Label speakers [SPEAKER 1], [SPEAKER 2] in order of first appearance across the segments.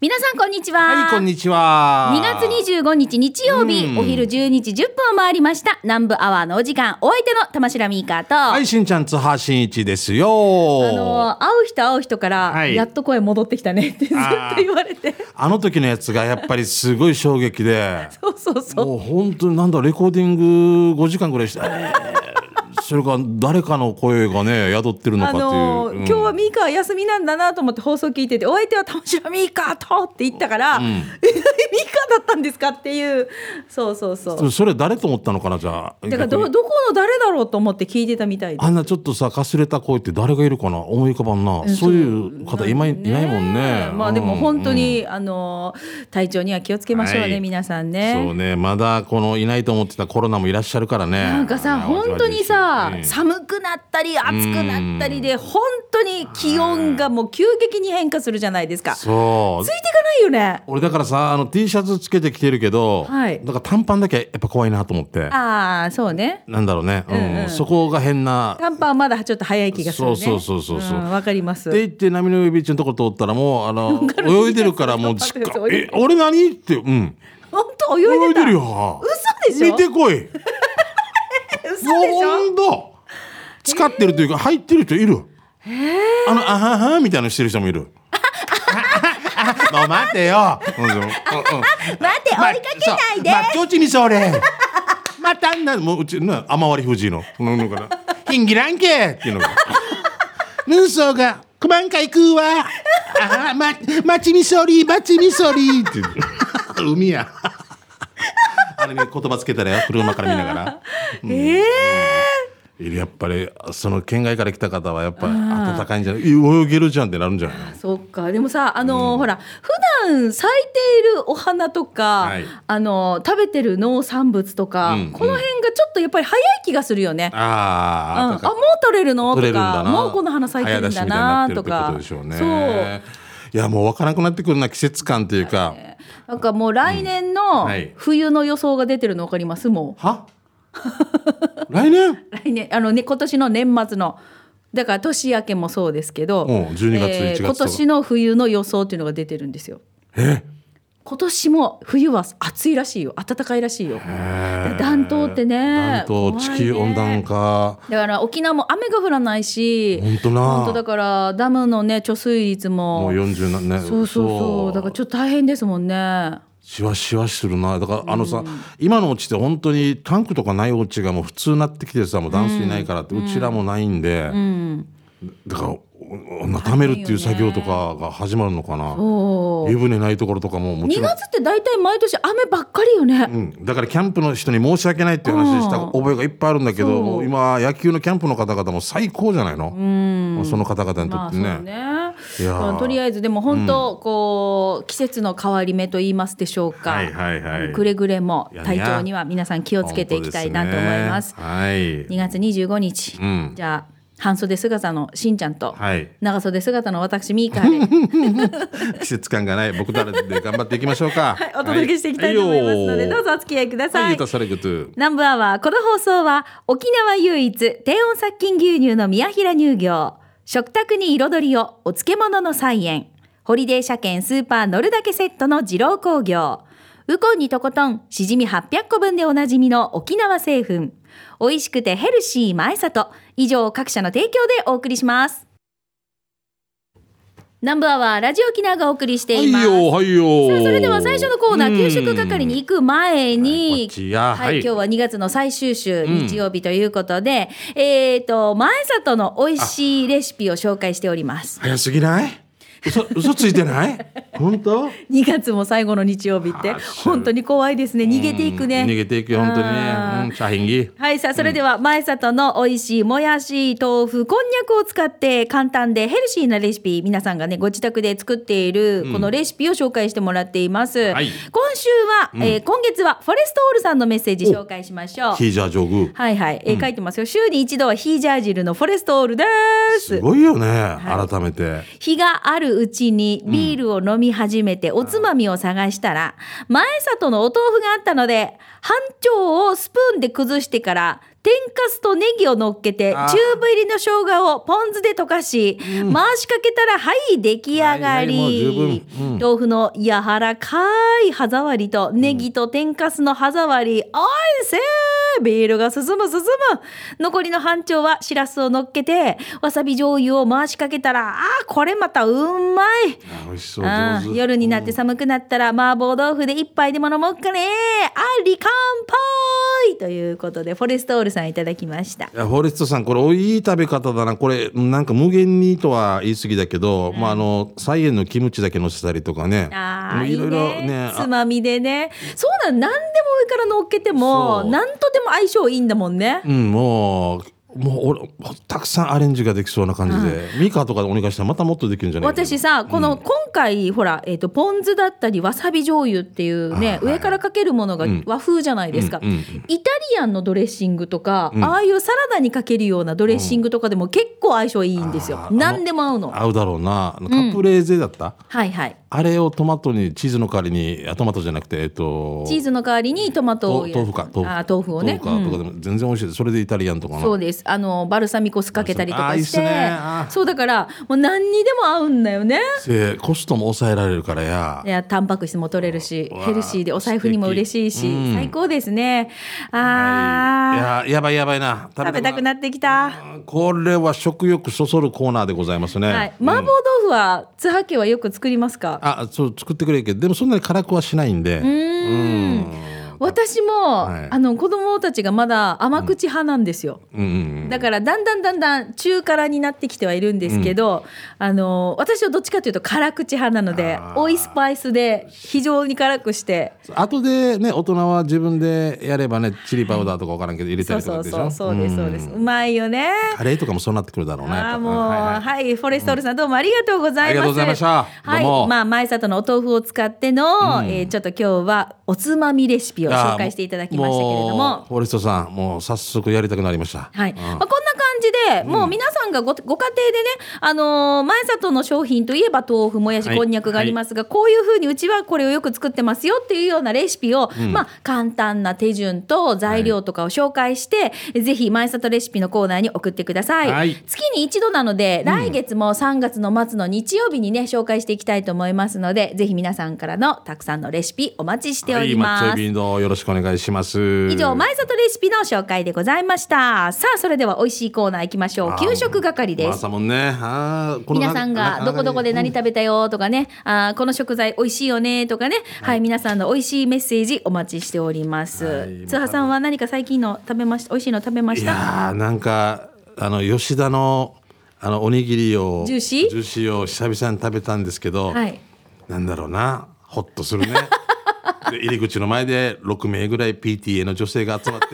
[SPEAKER 1] 皆さんこんにちは。
[SPEAKER 2] はい、こんにちは。
[SPEAKER 1] 2月25日日曜日、
[SPEAKER 2] うん
[SPEAKER 1] お昼12時10分を回りました南部アワーのお時間お相手の玉城ミーカーと、
[SPEAKER 2] はい、しんちゃん、津波しんいちですよ。
[SPEAKER 1] あの会う人会う人から、
[SPEAKER 2] はい
[SPEAKER 1] やっと声戻ってきたねってずっと言われて
[SPEAKER 2] あの時のやつがやっぱりすごい衝撃で、
[SPEAKER 1] そうそう そう
[SPEAKER 2] もう本当になんだ、レコーディング5時間ぐらいして、えー それから誰かの声がね、宿ってるのか
[SPEAKER 1] あ
[SPEAKER 2] っていう。
[SPEAKER 1] の
[SPEAKER 2] うん
[SPEAKER 1] 今日はミーカー休みなんだなと思って放送聞いててお相手は玉城ミーカーとって言ったから、えミーカーだったんですかっていうそうそうそう
[SPEAKER 2] そそれ誰と思ったのかな、じゃあ。
[SPEAKER 1] だから
[SPEAKER 2] 逆
[SPEAKER 1] ど
[SPEAKER 2] に
[SPEAKER 1] どこの誰だろうと思って聞いてたみたいで
[SPEAKER 2] あんなちょっとさかすれた声って誰がいるかな思い浮かばんな、そういう方今い,、いないもんね
[SPEAKER 1] まあでも
[SPEAKER 2] うん
[SPEAKER 1] 本当に、あの体調には気をつけましょうね、
[SPEAKER 2] はい
[SPEAKER 1] 皆さん
[SPEAKER 2] そ
[SPEAKER 1] ね
[SPEAKER 2] う。ねまだこのいないと思ってたコロナもいらっしゃるからね
[SPEAKER 1] なんかさ
[SPEAKER 2] はい
[SPEAKER 1] 本当にさ、
[SPEAKER 2] うん
[SPEAKER 1] 寒くなったり暑くなったりで本当に気温がもう急激に変化するじゃないですか。つい
[SPEAKER 2] そう
[SPEAKER 1] ていかないよね。
[SPEAKER 2] 俺だからさあの T シャツつけてきてるけど、
[SPEAKER 1] はい
[SPEAKER 2] だから短パンだけやっぱ怖いなと思って
[SPEAKER 1] ああそうね。
[SPEAKER 2] なんだろうね、うん
[SPEAKER 1] うんうん
[SPEAKER 2] そこが変な
[SPEAKER 1] 短パンはまだちょっと早い気がするね。
[SPEAKER 2] そうそうそうそうそうん
[SPEAKER 1] わかります。
[SPEAKER 2] って言って波の上ビーチのとこ通ったらもう あの泳いでるからもうしっか
[SPEAKER 1] 泳いで
[SPEAKER 2] え俺何?」って「うん
[SPEAKER 1] 本当泳いでた
[SPEAKER 2] 泳いでる。よ
[SPEAKER 1] 嘘でしょ。
[SPEAKER 2] 見てこい」
[SPEAKER 1] 嘘でし
[SPEAKER 2] も
[SPEAKER 1] ょ。
[SPEAKER 2] うほんと使ってるというか入ってる人いるあのあははみたいなのしてる 人もいるもう待てようんうんうん
[SPEAKER 1] 待って追いかけないで。
[SPEAKER 2] まそうま提灯にそれ。またんな、もううちな、雨割り藤井の、なんのかな。ヒンギランケっていうのが。ヌンソーが、九万回食うわ。ああ、ま、まちみそり、まちみそりっていう。海や。あれね、言葉つけたらよ、車から見ながら。
[SPEAKER 1] ええ
[SPEAKER 2] いるやっぱり、その県外から来た方は、やっぱ暖かいんじゃない。泳げるじゃんってなるんじゃない。
[SPEAKER 1] そっかでもさあの、ほら普段咲いているお花とか、
[SPEAKER 2] はい
[SPEAKER 1] あの食べてる農産物とか、
[SPEAKER 2] うんうん
[SPEAKER 1] この辺がちょっとやっぱり早い気がするよね。うん
[SPEAKER 2] ああ、
[SPEAKER 1] あもう取れるのと
[SPEAKER 2] 取れるんだ
[SPEAKER 1] か
[SPEAKER 2] な
[SPEAKER 1] もうこの花咲いてるんだなとか
[SPEAKER 2] 早出しみたいになってるってことでしょう
[SPEAKER 1] そう
[SPEAKER 2] ねいやもうわからなくなってくるな季節感っていうか、
[SPEAKER 1] なんかもう来年の
[SPEAKER 2] うんはい
[SPEAKER 1] 冬の予想が出てるの分かりますも
[SPEAKER 2] は来年
[SPEAKER 1] う来年あのね今年の年末のだから年明けもそうですけど、
[SPEAKER 2] うん12月1月とか
[SPEAKER 1] 今年の冬の予想っていうのが出てるんですよ。今年も冬は暑いらしいよ暖かいらしいよ。暖冬ってね
[SPEAKER 2] 暖冬
[SPEAKER 1] 怖いね
[SPEAKER 2] 地球温暖化
[SPEAKER 1] だから沖縄も雨が降らないし
[SPEAKER 2] 本当な
[SPEAKER 1] 本当だからダムのね貯水率
[SPEAKER 2] も
[SPEAKER 1] も
[SPEAKER 2] う40何年
[SPEAKER 1] そうそうそうだからちょっと大変ですもんね
[SPEAKER 2] シワシワするなだからあのさ、今のお家って本当にタンクとかないお家がもう普通になってきてさもう断水ないからって、うちらもないんで、だからお女貯めるっていう作業とかが始まるのかな、
[SPEAKER 1] お
[SPEAKER 2] 湯船ないところとかももち
[SPEAKER 1] 2
[SPEAKER 2] ろん
[SPEAKER 1] 月って大体毎年雨ばっかりよね、
[SPEAKER 2] うん、だからキャンプの人に申し訳ないっていう話した
[SPEAKER 1] うん
[SPEAKER 2] 覚えがいっぱいあるんだけ
[SPEAKER 1] そ
[SPEAKER 2] ど
[SPEAKER 1] う
[SPEAKER 2] もう今野球のキャンプの方々も最高じゃないの、その方々にと
[SPEAKER 1] ま
[SPEAKER 2] っ
[SPEAKER 1] あ
[SPEAKER 2] て
[SPEAKER 1] そう
[SPEAKER 2] ね,、
[SPEAKER 1] ね
[SPEAKER 2] いやー
[SPEAKER 1] まあとりあえずでも本当こう、季節の変わり目と言いますでしょうか、
[SPEAKER 2] はいはいはい
[SPEAKER 1] くれぐれも
[SPEAKER 2] いや
[SPEAKER 1] 体調には皆さん気をつけていきたいなと思います
[SPEAKER 2] 本当で
[SPEAKER 1] 2
[SPEAKER 2] すね
[SPEAKER 1] 月25日、
[SPEAKER 2] ん
[SPEAKER 1] じゃあ半袖姿のしんちゃんと、
[SPEAKER 2] はい、はい、
[SPEAKER 1] 長袖姿の私ミーカー で
[SPEAKER 2] 季節感がない僕たちで頑張っていきましょ うか、はい
[SPEAKER 1] お届けしていきたいと思いますので、
[SPEAKER 2] は
[SPEAKER 1] どうぞお付き合いくだ
[SPEAKER 2] は
[SPEAKER 1] さい
[SPEAKER 2] いゆ。たされぐと
[SPEAKER 1] 南部アワーこの放送は沖縄唯一低温殺菌牛乳の宮平乳業食卓に彩りをお漬物の菜園ホリデー車検スーパー乗るだけセットの二郎工業ウコンにとことんしじみ800個分でおなじみの沖縄製粉美味しくてヘルシー前里以上各社の提供でお送りします南部アワーラジオ沖縄がお送りして
[SPEAKER 2] はい
[SPEAKER 1] います、
[SPEAKER 2] よはいよ
[SPEAKER 1] さあそれでは最初のコーナ
[SPEAKER 2] う
[SPEAKER 1] ー
[SPEAKER 2] ん
[SPEAKER 1] 給食係に行く前
[SPEAKER 2] はい
[SPEAKER 1] に
[SPEAKER 2] こっ、ちや
[SPEAKER 1] はい、今日は2月の最終週、
[SPEAKER 2] ん
[SPEAKER 1] 日曜日ということで、えっ、と、前里の美味しいレシピを紹介しております。
[SPEAKER 2] 早すぎない嘘嘘ついてない本当
[SPEAKER 1] 2月も最後の日曜日って
[SPEAKER 2] あ、そう
[SPEAKER 1] 本当に怖いですね。逃げていくね。
[SPEAKER 2] うん逃げていくよ本当に
[SPEAKER 1] あ
[SPEAKER 2] ね
[SPEAKER 1] ー
[SPEAKER 2] うん茶変儀
[SPEAKER 1] はい、さあ、それでは、前里の美味しいもやし、豆腐、こんにゃくを使って、簡単でヘルシーなレシピ、皆さんがね、ご自宅で作っている、このレシピを紹介してもらっています。
[SPEAKER 2] はい
[SPEAKER 1] 今週は、えー今月は、フォレストオールさんのメッセージ紹介しましょう。
[SPEAKER 2] ヒージャー上宮
[SPEAKER 1] はいはい、えー書いてますよ。週に一度はヒージャー汁のフォレストオールです
[SPEAKER 2] す。ごいよね、改めて。
[SPEAKER 1] 日があるうちにビールを飲み始めておつまみを探したら、前里のお豆腐があったので、半丁をスプーンで崩してから、天かすとネギを乗っけてチュ
[SPEAKER 2] あー
[SPEAKER 1] ーブ入りの生姜をポン酢で溶かし、回しかけたらはい出来上がり、
[SPEAKER 2] はいはいもう十分うん
[SPEAKER 1] 豆腐の柔らかい歯触りとネギと天かすの歯触り、おいせービールが進む進む残りの半丁はしらすを乗っけてわさび醤油を回しかけたらあーこれまたうんまい
[SPEAKER 2] あ美味しそう
[SPEAKER 1] ああ
[SPEAKER 2] 上手
[SPEAKER 1] 夜になって寒くなったら麻婆豆腐で一杯でも飲もうかねあり乾杯ということでフォレストオールさんいただきました
[SPEAKER 2] いやフォレストさんこれおいい食べ方だなこれなんか無限にとは言い過ぎだけど、まああの菜園のキムチだけのせたりとかね
[SPEAKER 1] あ
[SPEAKER 2] も
[SPEAKER 1] あ
[SPEAKER 2] う
[SPEAKER 1] いい
[SPEAKER 2] ろいろね
[SPEAKER 1] ね
[SPEAKER 2] あ
[SPEAKER 1] つまみでねそうなん何でも上から乗っけても
[SPEAKER 2] そう
[SPEAKER 1] 何とでも相性いいんだもんね
[SPEAKER 2] うんもうもう俺たくさんアレンジができそうな感じで、ミカとかでお願いしたらまたもっとできるんじゃないかな
[SPEAKER 1] 私さこの今回、ほら、えー、とポン酢だったりわさび醤油っていうね
[SPEAKER 2] あはい
[SPEAKER 1] 上からかけるものが和風じゃないですか、
[SPEAKER 2] うんうん
[SPEAKER 1] イタリアンのドレッシングとか、ああいうサラダにかけるようなドレッシングとかでも結構相性いいんですよ
[SPEAKER 2] あー
[SPEAKER 1] 何でも合うの
[SPEAKER 2] 合うだろうなカプレーゼだった、
[SPEAKER 1] はいはい
[SPEAKER 2] あれをトマトにチーズの代わりにあトマトじゃなくてえっと
[SPEAKER 1] チーズの代わりにトマトを
[SPEAKER 2] と
[SPEAKER 1] 入れ
[SPEAKER 2] 豆腐か豆腐
[SPEAKER 1] あー豆腐をね
[SPEAKER 2] 豆腐かとかでも全然美味しいですそれでイタリアンとか
[SPEAKER 1] うん
[SPEAKER 2] の
[SPEAKER 1] そうですあのバルサミコ酢かけたりとかして
[SPEAKER 2] あーいいっすねあー
[SPEAKER 1] そうだからもう何にでも合うんだよね
[SPEAKER 2] でコストも抑えられるからや
[SPEAKER 1] いやタンパク質も取れるし
[SPEAKER 2] うわー
[SPEAKER 1] ヘルシーでお財布にも嬉しいし、
[SPEAKER 2] 素敵うん
[SPEAKER 1] 最高ですねあー、
[SPEAKER 2] いややばいやばいな
[SPEAKER 1] 食べたくなってきた、
[SPEAKER 2] これは食欲そそるコーナーでございますね、
[SPEAKER 1] はい、麻婆豆腐は津波家はよく作りますか
[SPEAKER 2] あそう作ってくれるけどでもそんなに辛くはしないんでうん
[SPEAKER 1] 私も、
[SPEAKER 2] はい
[SPEAKER 1] あの子供たちがまだ甘口派なんですよ、
[SPEAKER 2] うんうん
[SPEAKER 1] だからだんだんだんだん中辛になってきてはいるんですけど、あの私はどっちかというと辛口派なので
[SPEAKER 2] あー
[SPEAKER 1] オイスパイスで非常に辛くして
[SPEAKER 2] 後でね大人は自分でやればねチリパウダーとかわからんけど入れた
[SPEAKER 1] そう
[SPEAKER 2] りと
[SPEAKER 1] そ
[SPEAKER 2] か
[SPEAKER 1] う
[SPEAKER 2] でし
[SPEAKER 1] そ
[SPEAKER 2] ょ
[SPEAKER 1] うそうですそうですうまいよね
[SPEAKER 2] カレーとかもそうなってくるだろうね
[SPEAKER 1] あ
[SPEAKER 2] や
[SPEAKER 1] あ
[SPEAKER 2] っぱ
[SPEAKER 1] もう
[SPEAKER 2] うんはい
[SPEAKER 1] は
[SPEAKER 2] はい
[SPEAKER 1] い、フォレストオールさんどうもありがとうございます。
[SPEAKER 2] ありがとうございました
[SPEAKER 1] は
[SPEAKER 2] どう
[SPEAKER 1] い、
[SPEAKER 2] も
[SPEAKER 1] まあ前里のお豆腐を使っての、えーちょっと今日はおつまみレシピを紹介していただきましたけれど
[SPEAKER 2] いや
[SPEAKER 1] も
[SPEAKER 2] う。フォレストさんもう早速やりたくなりました
[SPEAKER 1] はい、
[SPEAKER 2] うん
[SPEAKER 1] まあ、こんな感じで、もう皆さんがごご家庭でね、あのー前里の商品といえば豆腐もやし
[SPEAKER 2] はい
[SPEAKER 1] こんにゃくがありますが、こういうふうにうちはこれをよく作ってますよっていうようなレシピを、まあ、簡単な手順と材料とかを紹介して、ぜひ前里レシピのコーナーに送ってください、
[SPEAKER 2] はい
[SPEAKER 1] 月に一度なので来月も3月の末の日曜日にね紹介していきたいと思いますのでぜひ皆さんからのたくさんのレシピお待ちしております、
[SPEAKER 2] はい、マッチョエビのよろしくお願いします。
[SPEAKER 1] 以上前里レシピの紹介でございましたさあそれでは美味しいコーナー行きましょう給食係で
[SPEAKER 2] まあ
[SPEAKER 1] す
[SPEAKER 2] さもんね。あーこの
[SPEAKER 1] 皆さんがどこどこで何食べたよとかね、あーこの食材美味しいよねとかね、はい、皆さんの美味しいメッセージお待ちしております。
[SPEAKER 2] はい
[SPEAKER 1] 津波さんは何か最近の食べました、美味しいの食べま
[SPEAKER 2] い
[SPEAKER 1] した。
[SPEAKER 2] やーなんかあの吉田のあのおにぎりを
[SPEAKER 1] ジューシー
[SPEAKER 2] を久々に食べたんですけど、
[SPEAKER 1] はい
[SPEAKER 2] なんだろうなホッとす るねで入り口の前で6名ぐらい PTA の女性が集 まって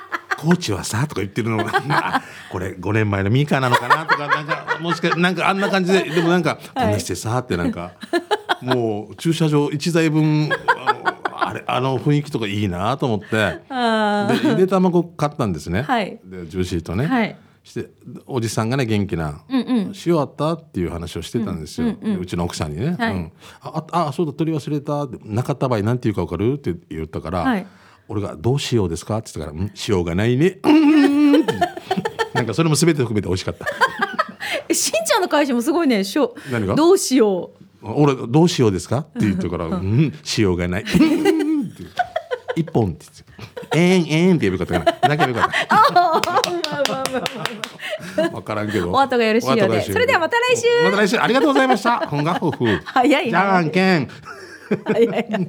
[SPEAKER 2] 「コーチはさ」とか 言ってるのがあこれ5年前のミカなのかなとかなんかもしかなんかあんな感じででもなんか「こんなしてさ」ってな んか、もう駐車場1台分あのあれあの雰囲気とかいいなと思って。
[SPEAKER 1] あ
[SPEAKER 2] でゆで卵買ったんですね、
[SPEAKER 1] はい
[SPEAKER 2] でジューシーとね、
[SPEAKER 1] はい
[SPEAKER 2] しておじさんがね元気な「塩あった?」っていう話をしてたんですよ、ううちの奥さんにね「
[SPEAKER 1] はい
[SPEAKER 2] うん、あああそうだ取り忘れた」って「なかった場合なんて言うか分かる?」って言ったから、
[SPEAKER 1] はい
[SPEAKER 2] 俺が「どうしようですか?」って言ったから「うん塩がない ね」うんってなんかそれも全て含めて美味しかった
[SPEAKER 1] あ、しんちゃんの会社もすごいね、しょ
[SPEAKER 2] 何が
[SPEAKER 1] どうしよう。
[SPEAKER 2] 俺「どうしようですか?」って言ったから「うん塩 がない」うんって一本って言って「えんえん」って呼び方かななきゃ呼び方 分からんけど
[SPEAKER 1] お後がよろしいようで
[SPEAKER 2] お後が
[SPEAKER 1] それではまた来週
[SPEAKER 2] また来週ありがとうございま した本賀夫婦
[SPEAKER 1] 早い
[SPEAKER 2] じ
[SPEAKER 1] な
[SPEAKER 2] ゃんけん
[SPEAKER 1] はいはいはい。 で行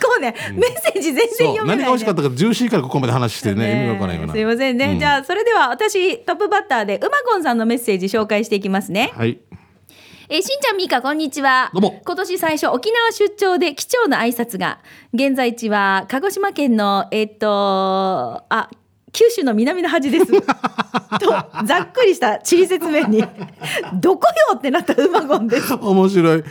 [SPEAKER 1] こうね、メッセージ全然
[SPEAKER 2] そ
[SPEAKER 1] 読
[SPEAKER 2] う
[SPEAKER 1] めない、ね。
[SPEAKER 2] 何が美味しかったかジューシーからここまで話してね意味がわからないよな
[SPEAKER 1] すいませんね、じゃあそれでは私トップバッターでうまこんさんのメッセージ紹介していきますね、
[SPEAKER 2] はい
[SPEAKER 1] えーしんちゃんみーかこんにちは
[SPEAKER 2] どうも
[SPEAKER 1] 今年最初沖縄出張で機長の挨拶が現在地は鹿児島県のえーっとあ九州の南の端 です。とざっくりした地理説明に 「どこよ!」ってなったうまごんです。
[SPEAKER 2] 面白い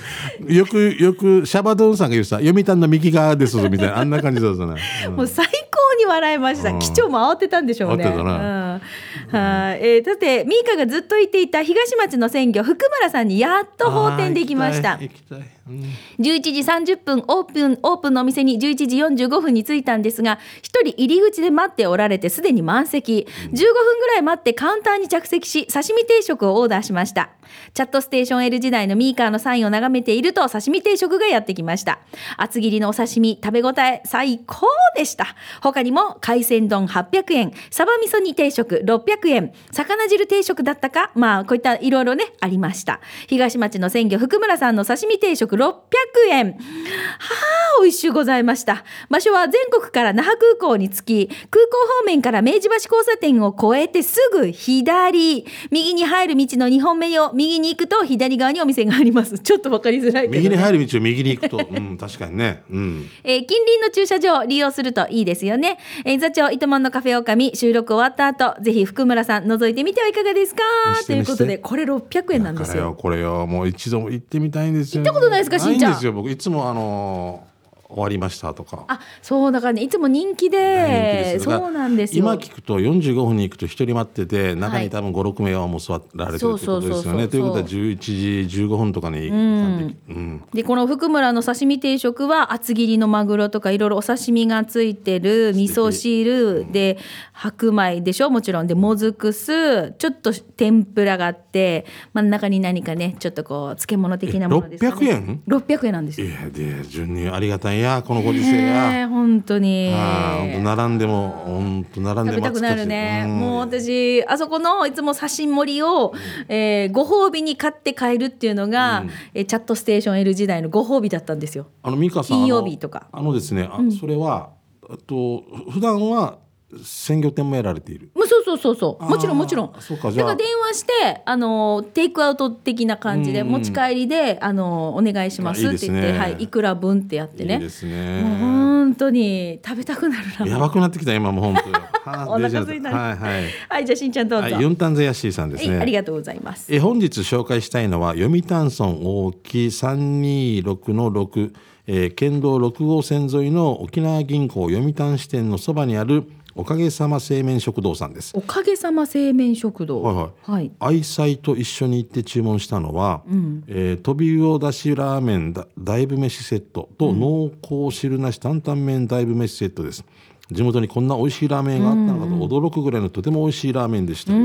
[SPEAKER 2] よくよくシャバドゥンさんが言うさ読谷の右側ですぞみたいなあんな感じだったね、うん
[SPEAKER 1] もう最高に笑いました。
[SPEAKER 2] うん
[SPEAKER 1] 機長も慌てたんでしょうね。
[SPEAKER 2] 慌てたな
[SPEAKER 1] うんはい、えー、さてミーカがずっと言っていた東町の鮮魚福村さんにやっと
[SPEAKER 2] あ
[SPEAKER 1] 放
[SPEAKER 2] ー
[SPEAKER 1] 店できました
[SPEAKER 2] 行きたい行きたいうん
[SPEAKER 1] 11時30分オープンオープンのお店に11時45分に着いたんですが一人入り口で待っておられてすでに満席15分ぐらい待ってカウンターに着席し刺身定食をオーダーしましたチャットステーション L 時代のミーカーのサインを眺めていると刺身定食がやってきました厚切りのお刺身食べ応え最高でした他にも海鮮丼800円サバ味噌煮定食600円魚汁定食だったかまあこういったいろいろねありました東町の鮮魚福村さんの刺身定食600円はあ美味しゅうございました場所は全国から那覇空港に着き空港方面から明治橋交差点を越えてすぐ左右に入る道の2本目を右に行くと左側にお店がありますちょっと分かりづらいけど、ね、
[SPEAKER 2] 右に入る道を右に行くと、うん、確かにね、うん、
[SPEAKER 1] えー近隣の駐車場を利用するといいですよね。えー座長、糸満のカフェオカミ、収録終わった後、ぜひ福村さん、覗いてみてはいかがですか
[SPEAKER 2] 見し
[SPEAKER 1] と
[SPEAKER 2] て
[SPEAKER 1] いう
[SPEAKER 2] 見
[SPEAKER 1] こ
[SPEAKER 2] して
[SPEAKER 1] とで、これ600円なんで
[SPEAKER 2] だか
[SPEAKER 1] す
[SPEAKER 2] らよ
[SPEAKER 1] よ。
[SPEAKER 2] これよもう一度も行ってみたいんですよ
[SPEAKER 1] 行ったことないですかしんちゃん
[SPEAKER 2] ないんですよ僕いつもあのー終わりましたとか
[SPEAKER 1] あ、そうだからね、いつも人気で、
[SPEAKER 2] 人気です
[SPEAKER 1] そうなんですよ。
[SPEAKER 2] 今聞くと45分に行くと一人待ってて中に多分56、名はもう座られてるってこと
[SPEAKER 1] そうそう
[SPEAKER 2] です
[SPEAKER 1] そう
[SPEAKER 2] よ
[SPEAKER 1] そう
[SPEAKER 2] ねということは11時15分とかに行ったんでうん
[SPEAKER 1] でこの福村の刺身定食は厚切りのマグロとかいろいろお刺身がついてる味噌汁で白米でしょもちろんでもずく酢ちょっと天ぷらがあって真ん中に何かねちょっとこう漬物的なものですか、ね、
[SPEAKER 2] え600円
[SPEAKER 1] 600円なんです
[SPEAKER 2] い
[SPEAKER 1] よ
[SPEAKER 2] やで順にありがたいやこのご時世や、
[SPEAKER 1] ねえ本当に
[SPEAKER 2] あーほんと並んでも本当並ん
[SPEAKER 1] 食
[SPEAKER 2] で
[SPEAKER 1] べ
[SPEAKER 2] も
[SPEAKER 1] たくなるね、
[SPEAKER 2] うん
[SPEAKER 1] もう私あそこのいつも刺身盛りを、えーご褒美に買って帰るっていうのが、えーチャットステーション L 時代のご褒美だったんですよ
[SPEAKER 2] あの美香さん
[SPEAKER 1] 金曜日とか
[SPEAKER 2] あのあのですねあ、それはあと普段は鮮魚店もやられている
[SPEAKER 1] もうそうそうそうそう
[SPEAKER 2] あー
[SPEAKER 1] もちろんもちろん
[SPEAKER 2] そうかじ
[SPEAKER 1] だ
[SPEAKER 2] ゃ
[SPEAKER 1] か
[SPEAKER 2] あ
[SPEAKER 1] ら電話してあのテイクアウト的な感じで
[SPEAKER 2] うんうん
[SPEAKER 1] 持ち帰りであのお願いします
[SPEAKER 2] あ
[SPEAKER 1] っ
[SPEAKER 2] いい
[SPEAKER 1] て
[SPEAKER 2] です
[SPEAKER 1] 言っ
[SPEAKER 2] ね
[SPEAKER 1] てはい、いくら分ってやって
[SPEAKER 2] いいで
[SPEAKER 1] ね
[SPEAKER 2] すね
[SPEAKER 1] もう本当に食べたくなるな
[SPEAKER 2] やばくなってきた今もう本 当にはあ
[SPEAKER 1] お腹
[SPEAKER 2] 出ちゃった
[SPEAKER 1] 空いた
[SPEAKER 2] はいはい
[SPEAKER 1] はいじゃあしんちゃんどうぞ、
[SPEAKER 2] はい、ユンタンゼヤシーさんです
[SPEAKER 1] はいあり
[SPEAKER 2] ね。
[SPEAKER 1] がとうございます
[SPEAKER 2] え本日紹介したいのは読谷村大木326の6、えー県道6号線沿いの沖縄銀行読谷支店のそばにあるおかげさま製麺食堂さんです。
[SPEAKER 1] おかげさま製麺食堂
[SPEAKER 2] はいはい
[SPEAKER 1] はい
[SPEAKER 2] 愛妻と一緒に行って注文したのは、えートビウオだしラーメンだ大ぶ飯セットと濃厚汁なし担々麺大ぶ飯セットです地元にこんな美味しいラーメンがあったのかと驚くぐらいのとても美味しいラーメンでしたよ、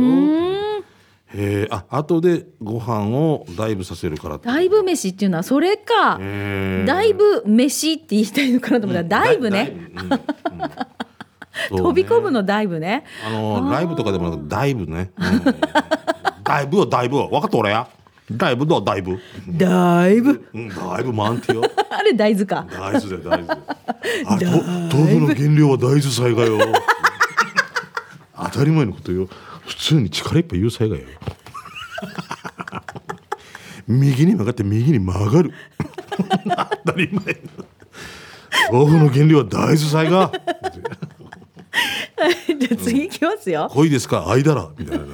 [SPEAKER 2] えー、あ後でご飯をダイブさせるからって
[SPEAKER 1] だいぶ飯っていうのはそれか、
[SPEAKER 2] えー
[SPEAKER 1] だいぶ飯って言いたいのかなと思ったら、だいぶね
[SPEAKER 2] だいぶうんうんそうね
[SPEAKER 1] 飛び込むのだいぶね
[SPEAKER 2] あのライブとかでもなんかダイブね、うん、ダイブよダイブ分かった俺やダイブだダイブ
[SPEAKER 1] だいぶ
[SPEAKER 2] うん、だいぶ満点よ。
[SPEAKER 1] あれ大豆か
[SPEAKER 2] 大豆だよ、大豆。あれ、と豆腐の原料は大豆栽培よ。当たり前のことよ。普通に力いっぱい言う災害よ。右に曲がって右に曲 がる。当たり前。豆腐の原料は大豆栽培。
[SPEAKER 1] じゃあ次いきますよ、
[SPEAKER 2] 恋ですか、愛だらみたいな。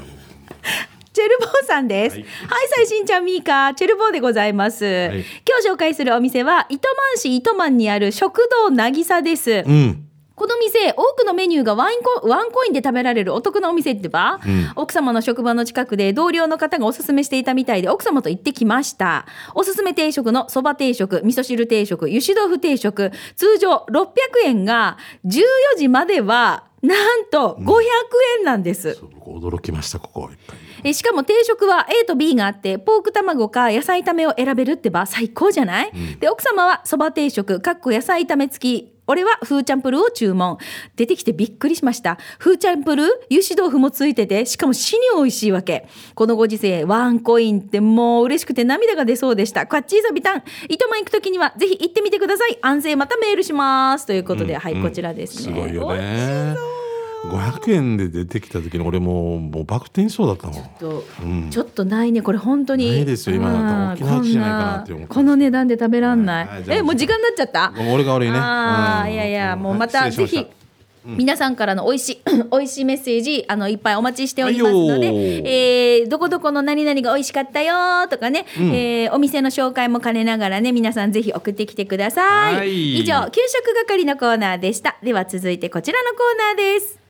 [SPEAKER 1] チェルボーさんです。は
[SPEAKER 2] はいい、
[SPEAKER 1] 最新ちゃんミーカー、チェルボーでございます。
[SPEAKER 2] い
[SPEAKER 1] 今日紹介するお店は、糸満市糸満にある食堂なぎさです。
[SPEAKER 2] うん。
[SPEAKER 1] この店、多くのメニューがワインコワンコインで食べられるお得なお店ってば、奥様の職場の近くで同僚の方がおすすめしていたみたいで、奥様と行ってきました。おすすめ定食のそば定食、味噌汁定食、油脂豆腐定食、通常600円が14時までは、なんと500円なんです。
[SPEAKER 2] そう僕驚きました、ここ。
[SPEAKER 1] えしかも定食は A と B があってポーク卵か野菜炒めを選べるってば最高じゃない、で奥様はそば定食かっこ野菜炒め付き俺はフーチャンプルーを注文出てきてびっくりしましたフーチャンプルー油脂豆腐もついててしかも死に美味しいわけこのご時世ワンコインってもう嬉しくて涙が出そうでしたこっちいさびたん糸満行く時にはぜひ行ってみてください安静またメールしますということで、はいこちらです
[SPEAKER 2] す
[SPEAKER 1] ね
[SPEAKER 2] ごいよね。500円で出てきた時に俺もうもうバク転しそうだったもん。
[SPEAKER 1] ちょっとちょっとないねこれ本当に
[SPEAKER 2] ないですよ今なん
[SPEAKER 1] あー
[SPEAKER 2] か沖縄一じゃないかなって思って
[SPEAKER 1] こんこの値段で食べらんない、
[SPEAKER 2] はいはいじゃあ
[SPEAKER 1] えもう時間になっちゃった
[SPEAKER 2] もう俺が悪いね。
[SPEAKER 1] ああ
[SPEAKER 2] うん
[SPEAKER 1] いやいや
[SPEAKER 2] ん
[SPEAKER 1] もうまた
[SPEAKER 2] はい
[SPEAKER 1] ぜ
[SPEAKER 2] 失礼し
[SPEAKER 1] ひ
[SPEAKER 2] ました
[SPEAKER 1] 皆さんからの美味しい 美味しいメッセージあのいっぱいお待ちしておりますので、
[SPEAKER 2] はいよ
[SPEAKER 1] えーどこどこの何々が美味しかったよとかね、えーお店の紹介も兼ねながらね皆さんぜひ送ってきてください、
[SPEAKER 2] はい
[SPEAKER 1] 以上給食係のコーナーでしたでは続いてこちらのコーナーです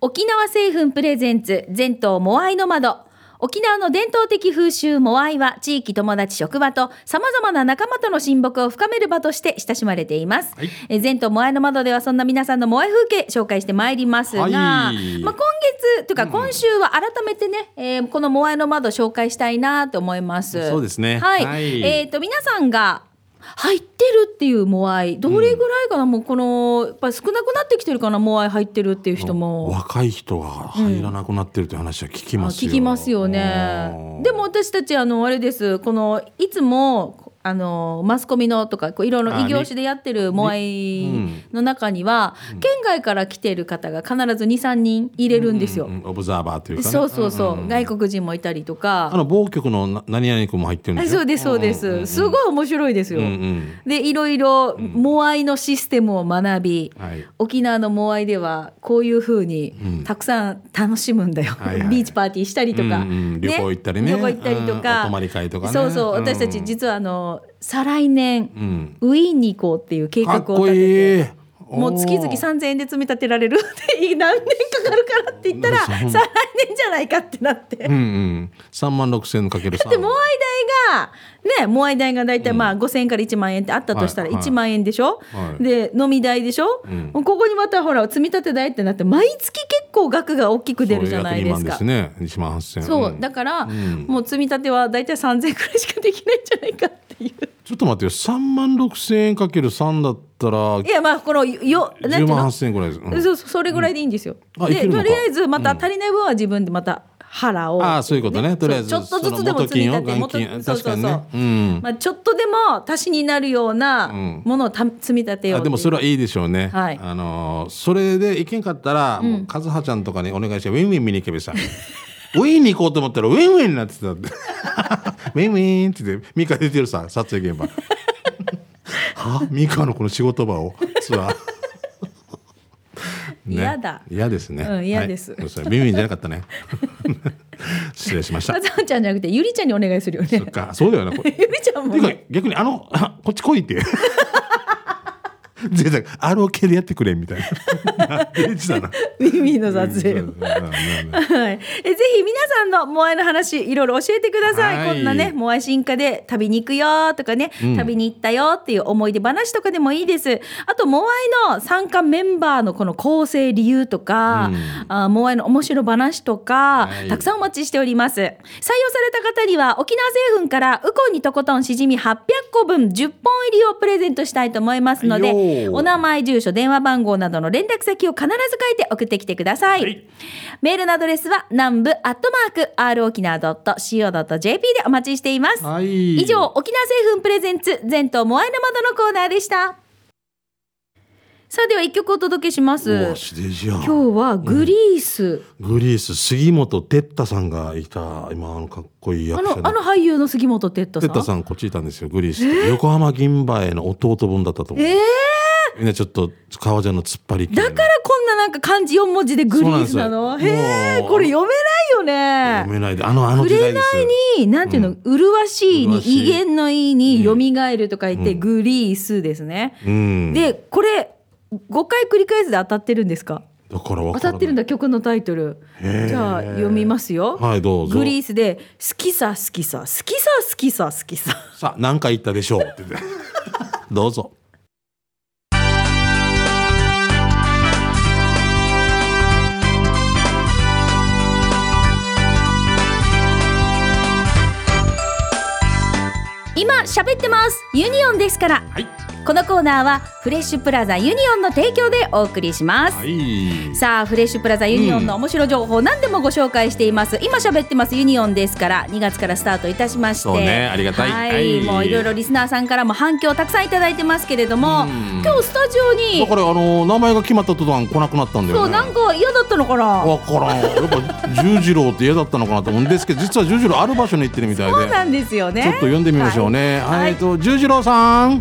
[SPEAKER 1] 沖縄製粉プレゼンツ全島モアイの窓沖縄の伝統的風習モアイは地域友達職場とさまざまな仲間との親睦を深める場として親しまれています、
[SPEAKER 2] はい
[SPEAKER 1] えー全島モアイの窓ではそんな皆さんのモアイ風景紹介してまいりますが、
[SPEAKER 2] はい
[SPEAKER 1] まあ、今月というか今週は改めてね、えーこのモアイの窓紹介したいなと思います
[SPEAKER 2] そうですね
[SPEAKER 1] はい、
[SPEAKER 2] はい
[SPEAKER 1] えっ、と皆さんが入ってるっていうモアイどれぐらいかな、もうこのやっぱり少なくなってきてるかなモアイ入ってるっていう人も
[SPEAKER 2] 若い人が入らなくなってるって話は聞きますよ、
[SPEAKER 1] 聞きますよ
[SPEAKER 2] う
[SPEAKER 1] ね
[SPEAKER 2] ん
[SPEAKER 1] でも私たちあのあれですこのいつもあのマスコミのとかこういろいろ
[SPEAKER 2] あ
[SPEAKER 1] 異業種でやってるモアイの中には、県外から来てる方が必ず23人入れるんですよ、
[SPEAKER 2] うんオブザーバーというかね、
[SPEAKER 1] そうそうそう、外国人もいたりと
[SPEAKER 2] あ
[SPEAKER 1] か
[SPEAKER 2] の某局のな何々君も入ってるん
[SPEAKER 1] あ
[SPEAKER 2] ですよ
[SPEAKER 1] そうですそうです、すごい面白いですよ、
[SPEAKER 2] うんうん
[SPEAKER 1] でいろいろモアイのシステムを学び、
[SPEAKER 2] はい
[SPEAKER 1] 沖縄のモアイではこういうふうにたくさん楽しむんだよ、
[SPEAKER 2] はいは い
[SPEAKER 1] ビーチパーティーしたりとか、
[SPEAKER 2] うんうん旅行行ったりね
[SPEAKER 1] 旅行行ったりとか、
[SPEAKER 2] うんお泊まり会とかね
[SPEAKER 1] そうそう
[SPEAKER 2] うん
[SPEAKER 1] 私たち実はあの再来年、
[SPEAKER 2] うん
[SPEAKER 1] ウィーンに行こうっていう計画を
[SPEAKER 2] かっ
[SPEAKER 1] 立てて
[SPEAKER 2] こいい
[SPEAKER 1] もう月々3,000円で積み立てられる って何年かかるからって言ったら
[SPEAKER 2] そ
[SPEAKER 1] 再
[SPEAKER 2] う
[SPEAKER 1] 来年じゃないかってなって、
[SPEAKER 2] おーうんうん3万6千かける3
[SPEAKER 1] でモアイ代がねモアイ代が大体まあ5,000円から1万円ってあったとしたら
[SPEAKER 2] はいはい
[SPEAKER 1] 1万円でしょ、
[SPEAKER 2] はい
[SPEAKER 1] で飲み代でしょ、
[SPEAKER 2] うん
[SPEAKER 1] ここにまたほら積み立て代ってなって毎月結構額が大きく出るじゃないですか。
[SPEAKER 2] そう約2万ですね1万8千
[SPEAKER 1] そう
[SPEAKER 2] うん
[SPEAKER 1] だから、
[SPEAKER 2] ん
[SPEAKER 1] もう積み立ては大体3,000円くらいしかできないんじゃないかっていう。
[SPEAKER 2] ちょっと待ってよ3万6千円かける3だったら
[SPEAKER 1] いやまあこのよなんてい
[SPEAKER 2] 10
[SPEAKER 1] う
[SPEAKER 2] 万
[SPEAKER 1] の
[SPEAKER 2] 8千円ぐらいです、うん
[SPEAKER 1] そうそうそれぐらいでいいんですよ。
[SPEAKER 2] うんあいけ
[SPEAKER 1] で
[SPEAKER 2] るのか
[SPEAKER 1] とりあえずまた足りない分は自分でまた払おう。
[SPEAKER 2] ああそういうことねとりあえず
[SPEAKER 1] そうちょっとずつでも積み立て
[SPEAKER 2] その元金を元金
[SPEAKER 1] 元そうそうそう
[SPEAKER 2] 確かにねうん
[SPEAKER 1] まあちょっとでも足しになるような
[SPEAKER 2] うん
[SPEAKER 1] ものをた積み立てようってい
[SPEAKER 2] あ
[SPEAKER 1] う。
[SPEAKER 2] で もそれはいいでしょうね、
[SPEAKER 1] はい
[SPEAKER 2] あのーそれでいけんかったら、もう和葉ちゃんとかにお願いしてウィンウィン見に行けばさ ウィンに行こうと思ったらウィンウィンになってたって ウィンウィンって言ってミカ出てるさ撮 影現場はミカのこの仕事場をツアーね
[SPEAKER 1] 嫌だ
[SPEAKER 2] 嫌ですね
[SPEAKER 1] うん嫌です
[SPEAKER 2] はいそれウィンウィンじゃなかっ たね失礼しました
[SPEAKER 1] あちゃんじゃなくてゆりちゃんにお願いするよね
[SPEAKER 2] そっ。かそうだよなこれ
[SPEAKER 1] ゆりちゃんも
[SPEAKER 2] てか
[SPEAKER 1] ね。
[SPEAKER 2] 逆にあの あこっち来いって贅沢 ROK でやってくれみたいなレジだな
[SPEAKER 1] 耳の撮影を
[SPEAKER 2] うんうんうんうん
[SPEAKER 1] はい、えぜひ皆さんのモアイの話いろいろ教えてください、こ
[SPEAKER 2] はい
[SPEAKER 1] んなねモアイ進化で旅に行くよとかね、旅に行ったよっていう思い出話とかでもいいですあとモアイの参加メンバーのこの構成理由とか、あモアイの面白話とか、
[SPEAKER 2] はい
[SPEAKER 1] たくさんお待ちしております採用された方には沖縄製粉からウコンにとことんしじみ800個分10本入りをプレゼントしたいと思いますので
[SPEAKER 2] はいよー
[SPEAKER 1] お名前住所電話番号などの連絡先を必ず書いて送ってきてください、
[SPEAKER 2] い
[SPEAKER 1] メールのアドレスは南部アットマーク r 沖縄 .co.jp でお待ちしています、
[SPEAKER 2] はい
[SPEAKER 1] 以上沖縄製粉プレゼンツ全島モアイの窓のコーナーでしたさあでは一曲お届けしま
[SPEAKER 2] う
[SPEAKER 1] す
[SPEAKER 2] わしでじゃん
[SPEAKER 1] 今日はグリース、
[SPEAKER 2] グリース杉本哲太さんがいた今あのかっこいい
[SPEAKER 1] あ
[SPEAKER 2] 役者
[SPEAKER 1] のあの俳優の杉本哲太さ
[SPEAKER 2] 哲
[SPEAKER 1] ん
[SPEAKER 2] 太さんこっちいたんですよグリースって、横浜銀馬への弟分だったと思う、
[SPEAKER 1] えー
[SPEAKER 2] みんなちょっと革ジャンの突っ張り系の
[SPEAKER 1] だからこんななんか漢字四文字でグリースなの
[SPEAKER 2] そうなんですよ
[SPEAKER 1] へえ
[SPEAKER 2] もう
[SPEAKER 1] これ読めないよ
[SPEAKER 2] 読
[SPEAKER 1] ね
[SPEAKER 2] めないであのあの時代ですよ
[SPEAKER 1] になんていうの、麗しいに
[SPEAKER 2] 麗しい
[SPEAKER 1] 威厳のいいによみがえると書いて、グリースですね、
[SPEAKER 2] うん、
[SPEAKER 1] でこれ5回繰り返すで当たってるんですか
[SPEAKER 2] だから
[SPEAKER 1] 当
[SPEAKER 2] 分
[SPEAKER 1] たってるん
[SPEAKER 2] だ
[SPEAKER 1] だ曲のタイトルじゃあ読みますよ
[SPEAKER 2] はいどうぞ
[SPEAKER 1] グリースで「好きさ好きさ好きさ好きさ好きさ
[SPEAKER 2] さあ何回言ったでし ょうって言ってどうぞ
[SPEAKER 1] 今喋ってますユニオンですから
[SPEAKER 2] はい
[SPEAKER 1] このコーナーはフレッシュプラザユニオンの提供でお送りします、
[SPEAKER 2] はい
[SPEAKER 1] さあフレッシュプラザユニオンの面白情報何でもご紹介しています、今喋ってますユニオンですから2月からスタートいたしまして
[SPEAKER 2] そうねありがたい
[SPEAKER 1] はい、
[SPEAKER 2] はい
[SPEAKER 1] もういろいろリスナーさんからも反響たくさんいただいてますけれども、
[SPEAKER 2] うん
[SPEAKER 1] 今日スタジオに
[SPEAKER 2] だからあのー名前が決まった途端来なくなったんだよね。
[SPEAKER 1] そうなんか嫌だったのかな
[SPEAKER 2] わからん。やっぱ十次郎って嫌だったのかなと思うんですけど、実は十次郎ある場所に行ってるみたいで。
[SPEAKER 1] そうなんですよね
[SPEAKER 2] ちょっと読んでみましょうね。
[SPEAKER 1] はい
[SPEAKER 2] はい、えっと十次郎さん。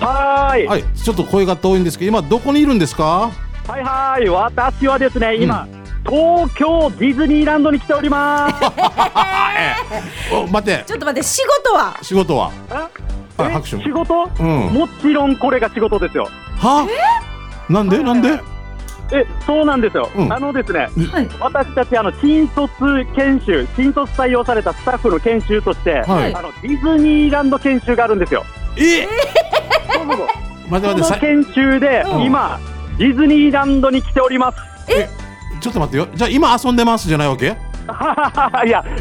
[SPEAKER 3] はーい、
[SPEAKER 2] はい、ちょっと声が遠いんですけど、今どこにいるんですか。
[SPEAKER 3] はい、はい私はですね、今、東京ディズニーランドに来ております。
[SPEAKER 2] お、待って
[SPEAKER 1] ち。ょっと待って仕事は
[SPEAKER 2] 仕事は。
[SPEAKER 3] あ
[SPEAKER 2] はい
[SPEAKER 3] え
[SPEAKER 2] 拍手
[SPEAKER 3] 仕事、
[SPEAKER 2] うん
[SPEAKER 3] もちろんこれが仕事ですよ。
[SPEAKER 2] は。なんで、なんで。
[SPEAKER 3] え、そうなんですよ。
[SPEAKER 2] うん
[SPEAKER 3] あのですね、
[SPEAKER 1] はい
[SPEAKER 3] 私たちあの新卒研修、新卒採用されたスタッフの研修として、
[SPEAKER 2] はい
[SPEAKER 3] あのディズニーランド研修があるんです よ。
[SPEAKER 2] え
[SPEAKER 3] そうそうそう
[SPEAKER 2] 待って待って
[SPEAKER 3] そ
[SPEAKER 2] さ
[SPEAKER 3] の研修で
[SPEAKER 1] うん
[SPEAKER 3] 今ディズニーランドに来ております。
[SPEAKER 2] ちょっと待ってよじゃあ今遊んでますじゃないわけ
[SPEAKER 3] いや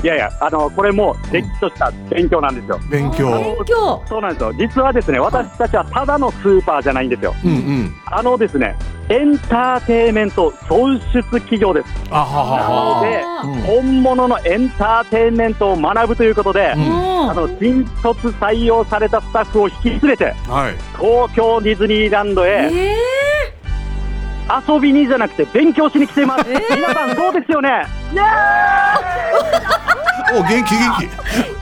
[SPEAKER 3] いやいやあのこれもれっきとした勉強なんですよ。
[SPEAKER 2] 勉強
[SPEAKER 1] 勉強
[SPEAKER 3] そうなんですよ。実はですね私たちはただのスーパーじゃないんですよ。
[SPEAKER 2] うんうん
[SPEAKER 3] あのですねエンターテイメント創出企業です。
[SPEAKER 2] あははは
[SPEAKER 3] で
[SPEAKER 1] あ
[SPEAKER 2] うん
[SPEAKER 3] 本物のエンターテイメントを学ぶということで
[SPEAKER 2] う。ん
[SPEAKER 1] ー
[SPEAKER 3] あの新卒採用されたスタッフを引き連れて
[SPEAKER 2] はい
[SPEAKER 3] 東京ディズニーランドへ
[SPEAKER 1] え
[SPEAKER 3] 遊びにじゃなくて勉強しに来ています、皆さんそうですよねイエーイ
[SPEAKER 2] お元気元気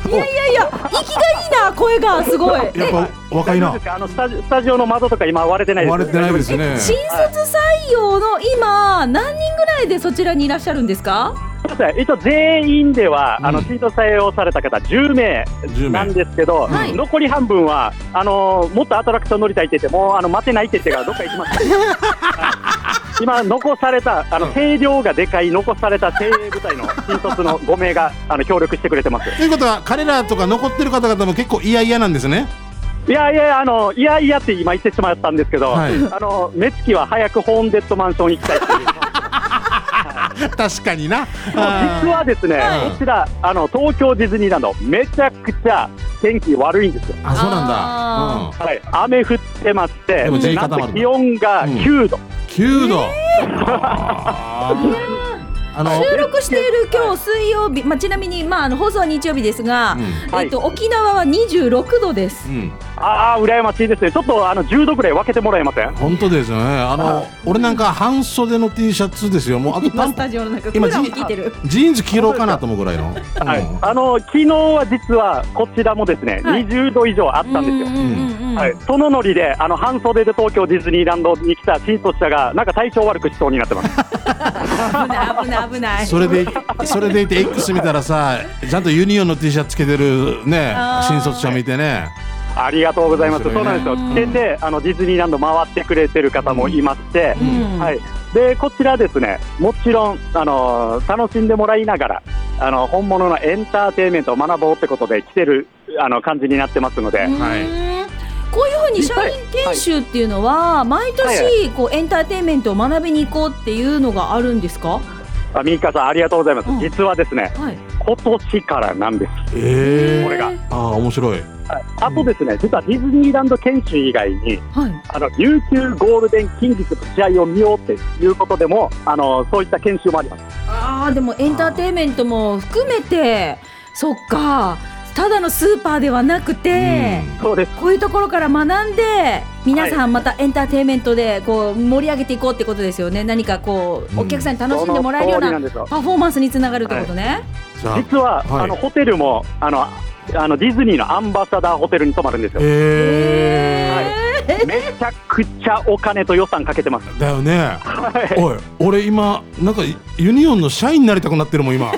[SPEAKER 1] ー、いやいやいや息がいいな声がすごい
[SPEAKER 2] おやっぱお若い
[SPEAKER 3] 大丈夫
[SPEAKER 2] な
[SPEAKER 3] ですかあのスタジスタジオの窓とか今割れてないです
[SPEAKER 2] 割れてないですね
[SPEAKER 1] 新卒採用の今何人ぐらいでそちらにいらっしゃるんですか
[SPEAKER 3] そうですね一応全員では、
[SPEAKER 2] うん
[SPEAKER 3] あの新卒採用された方10名
[SPEAKER 2] 10
[SPEAKER 3] なん
[SPEAKER 2] 名
[SPEAKER 3] ですけど、
[SPEAKER 1] はい
[SPEAKER 3] 残り半分はあのーもっとアトラクション乗りたいって言ってもうあの待てないって言ってからどっか行きました、 はい今残されたあの声量がでかい残された精鋭部隊の新卒の5名があの協力してくれてます
[SPEAKER 2] ということは彼らとか残ってる方々も結構嫌々なんですね
[SPEAKER 3] いやいやあのいやいやって今言ってしまったんですけど、
[SPEAKER 2] はい
[SPEAKER 3] あの目つきは早くホーンデッドマンション行きたいっていう
[SPEAKER 2] 確かにな あ
[SPEAKER 3] 実はですね、
[SPEAKER 2] うん
[SPEAKER 3] こちらあの東京ディズニーランドめちゃくちゃ天気悪いんですよ。
[SPEAKER 2] ーあそうなんだ
[SPEAKER 1] あ
[SPEAKER 2] うん
[SPEAKER 3] はい、雨降ってまして、
[SPEAKER 2] でも全員
[SPEAKER 3] な
[SPEAKER 2] 固
[SPEAKER 3] ん
[SPEAKER 2] まるの
[SPEAKER 3] と気温が9度、
[SPEAKER 2] 9度あーあの
[SPEAKER 1] 収録している今日水曜日、まあ、ちなみに、まあ、あの放送は日曜日ですが、
[SPEAKER 2] うん
[SPEAKER 3] はい
[SPEAKER 1] えっと、沖縄は26度です
[SPEAKER 2] う。ん
[SPEAKER 3] ああ、羨ましいですね、ちょっとあの10度ぐらい分けてもらえません
[SPEAKER 2] 本当ですねあの俺なんか半袖の T シャツですよもうあと
[SPEAKER 1] 今ス
[SPEAKER 2] 短パン
[SPEAKER 1] タジオの中、ク
[SPEAKER 2] 今
[SPEAKER 1] ーラーも効いてる。
[SPEAKER 2] ジーンズ着ろうかなと思うぐらいの
[SPEAKER 3] はい
[SPEAKER 2] うん、
[SPEAKER 3] あの昨日は実はこちらもですね、
[SPEAKER 1] はい
[SPEAKER 3] 20度以上あったんですよ。
[SPEAKER 1] うん
[SPEAKER 3] はい、そのノリであの半袖で東京ディズニーランドに来た新卒者がなんか体調悪くしそうになってます。
[SPEAKER 1] 危ない危ない危ない。
[SPEAKER 2] それでそれでいて X 見たらさちゃんとユニオンの T シャツ着けてるね
[SPEAKER 1] あー
[SPEAKER 2] 新卒者見てね
[SPEAKER 3] ありがとうございます。
[SPEAKER 2] 面
[SPEAKER 3] そうな
[SPEAKER 2] 白い
[SPEAKER 3] ん
[SPEAKER 2] ね
[SPEAKER 3] ですよ。つけてあのディズニーランド回ってくれてる方もいまして、
[SPEAKER 1] うん
[SPEAKER 3] はい。でこちらですね、もちろんあの楽しんでもらいながらあの本物のエンターテインメントを学ぼうってことで来てるあの感じになってますので、
[SPEAKER 2] はい
[SPEAKER 1] うんこういうふうに社員研修っていうのは、毎
[SPEAKER 3] は
[SPEAKER 1] 年こうエンターテインメントを学びに行こうっていうのがあるんですか。
[SPEAKER 3] あミカさんありがとうございます。
[SPEAKER 1] うん
[SPEAKER 3] 実はですね、
[SPEAKER 1] はい。
[SPEAKER 3] 今年からなんです。
[SPEAKER 2] え
[SPEAKER 3] これが
[SPEAKER 1] は
[SPEAKER 2] ああ面白い
[SPEAKER 3] あとですね、実はディズニーランド研修以外に。
[SPEAKER 1] い。
[SPEAKER 3] あの琉球ゴールデンキングスの試合を見ようっていうことでもあのそういった研修もあります
[SPEAKER 1] ああ、でもエンターテインメントも含めて、そっか。ただのスーパーではなくて。
[SPEAKER 3] そうです
[SPEAKER 1] こういうところから学んで皆さんまたエンターテインメントでこう盛り上げていこうってことですよね何かこ
[SPEAKER 2] うん
[SPEAKER 1] うお客さんに楽しんでもらえるよう
[SPEAKER 3] そ
[SPEAKER 1] な
[SPEAKER 3] の通りな
[SPEAKER 1] ん
[SPEAKER 3] ですよ
[SPEAKER 1] パフォーマンスにつながるってことね、
[SPEAKER 2] じゃあ
[SPEAKER 3] 実は、
[SPEAKER 2] はい
[SPEAKER 3] あのホテルもあのあのディズニーのアンバサダーホテルに泊まるんですよ
[SPEAKER 2] え
[SPEAKER 3] めちゃくちゃお金と予算かけ てます
[SPEAKER 2] ーだよね
[SPEAKER 3] はい
[SPEAKER 2] おい俺今なんかユニオンの社員になりたくなってるもん今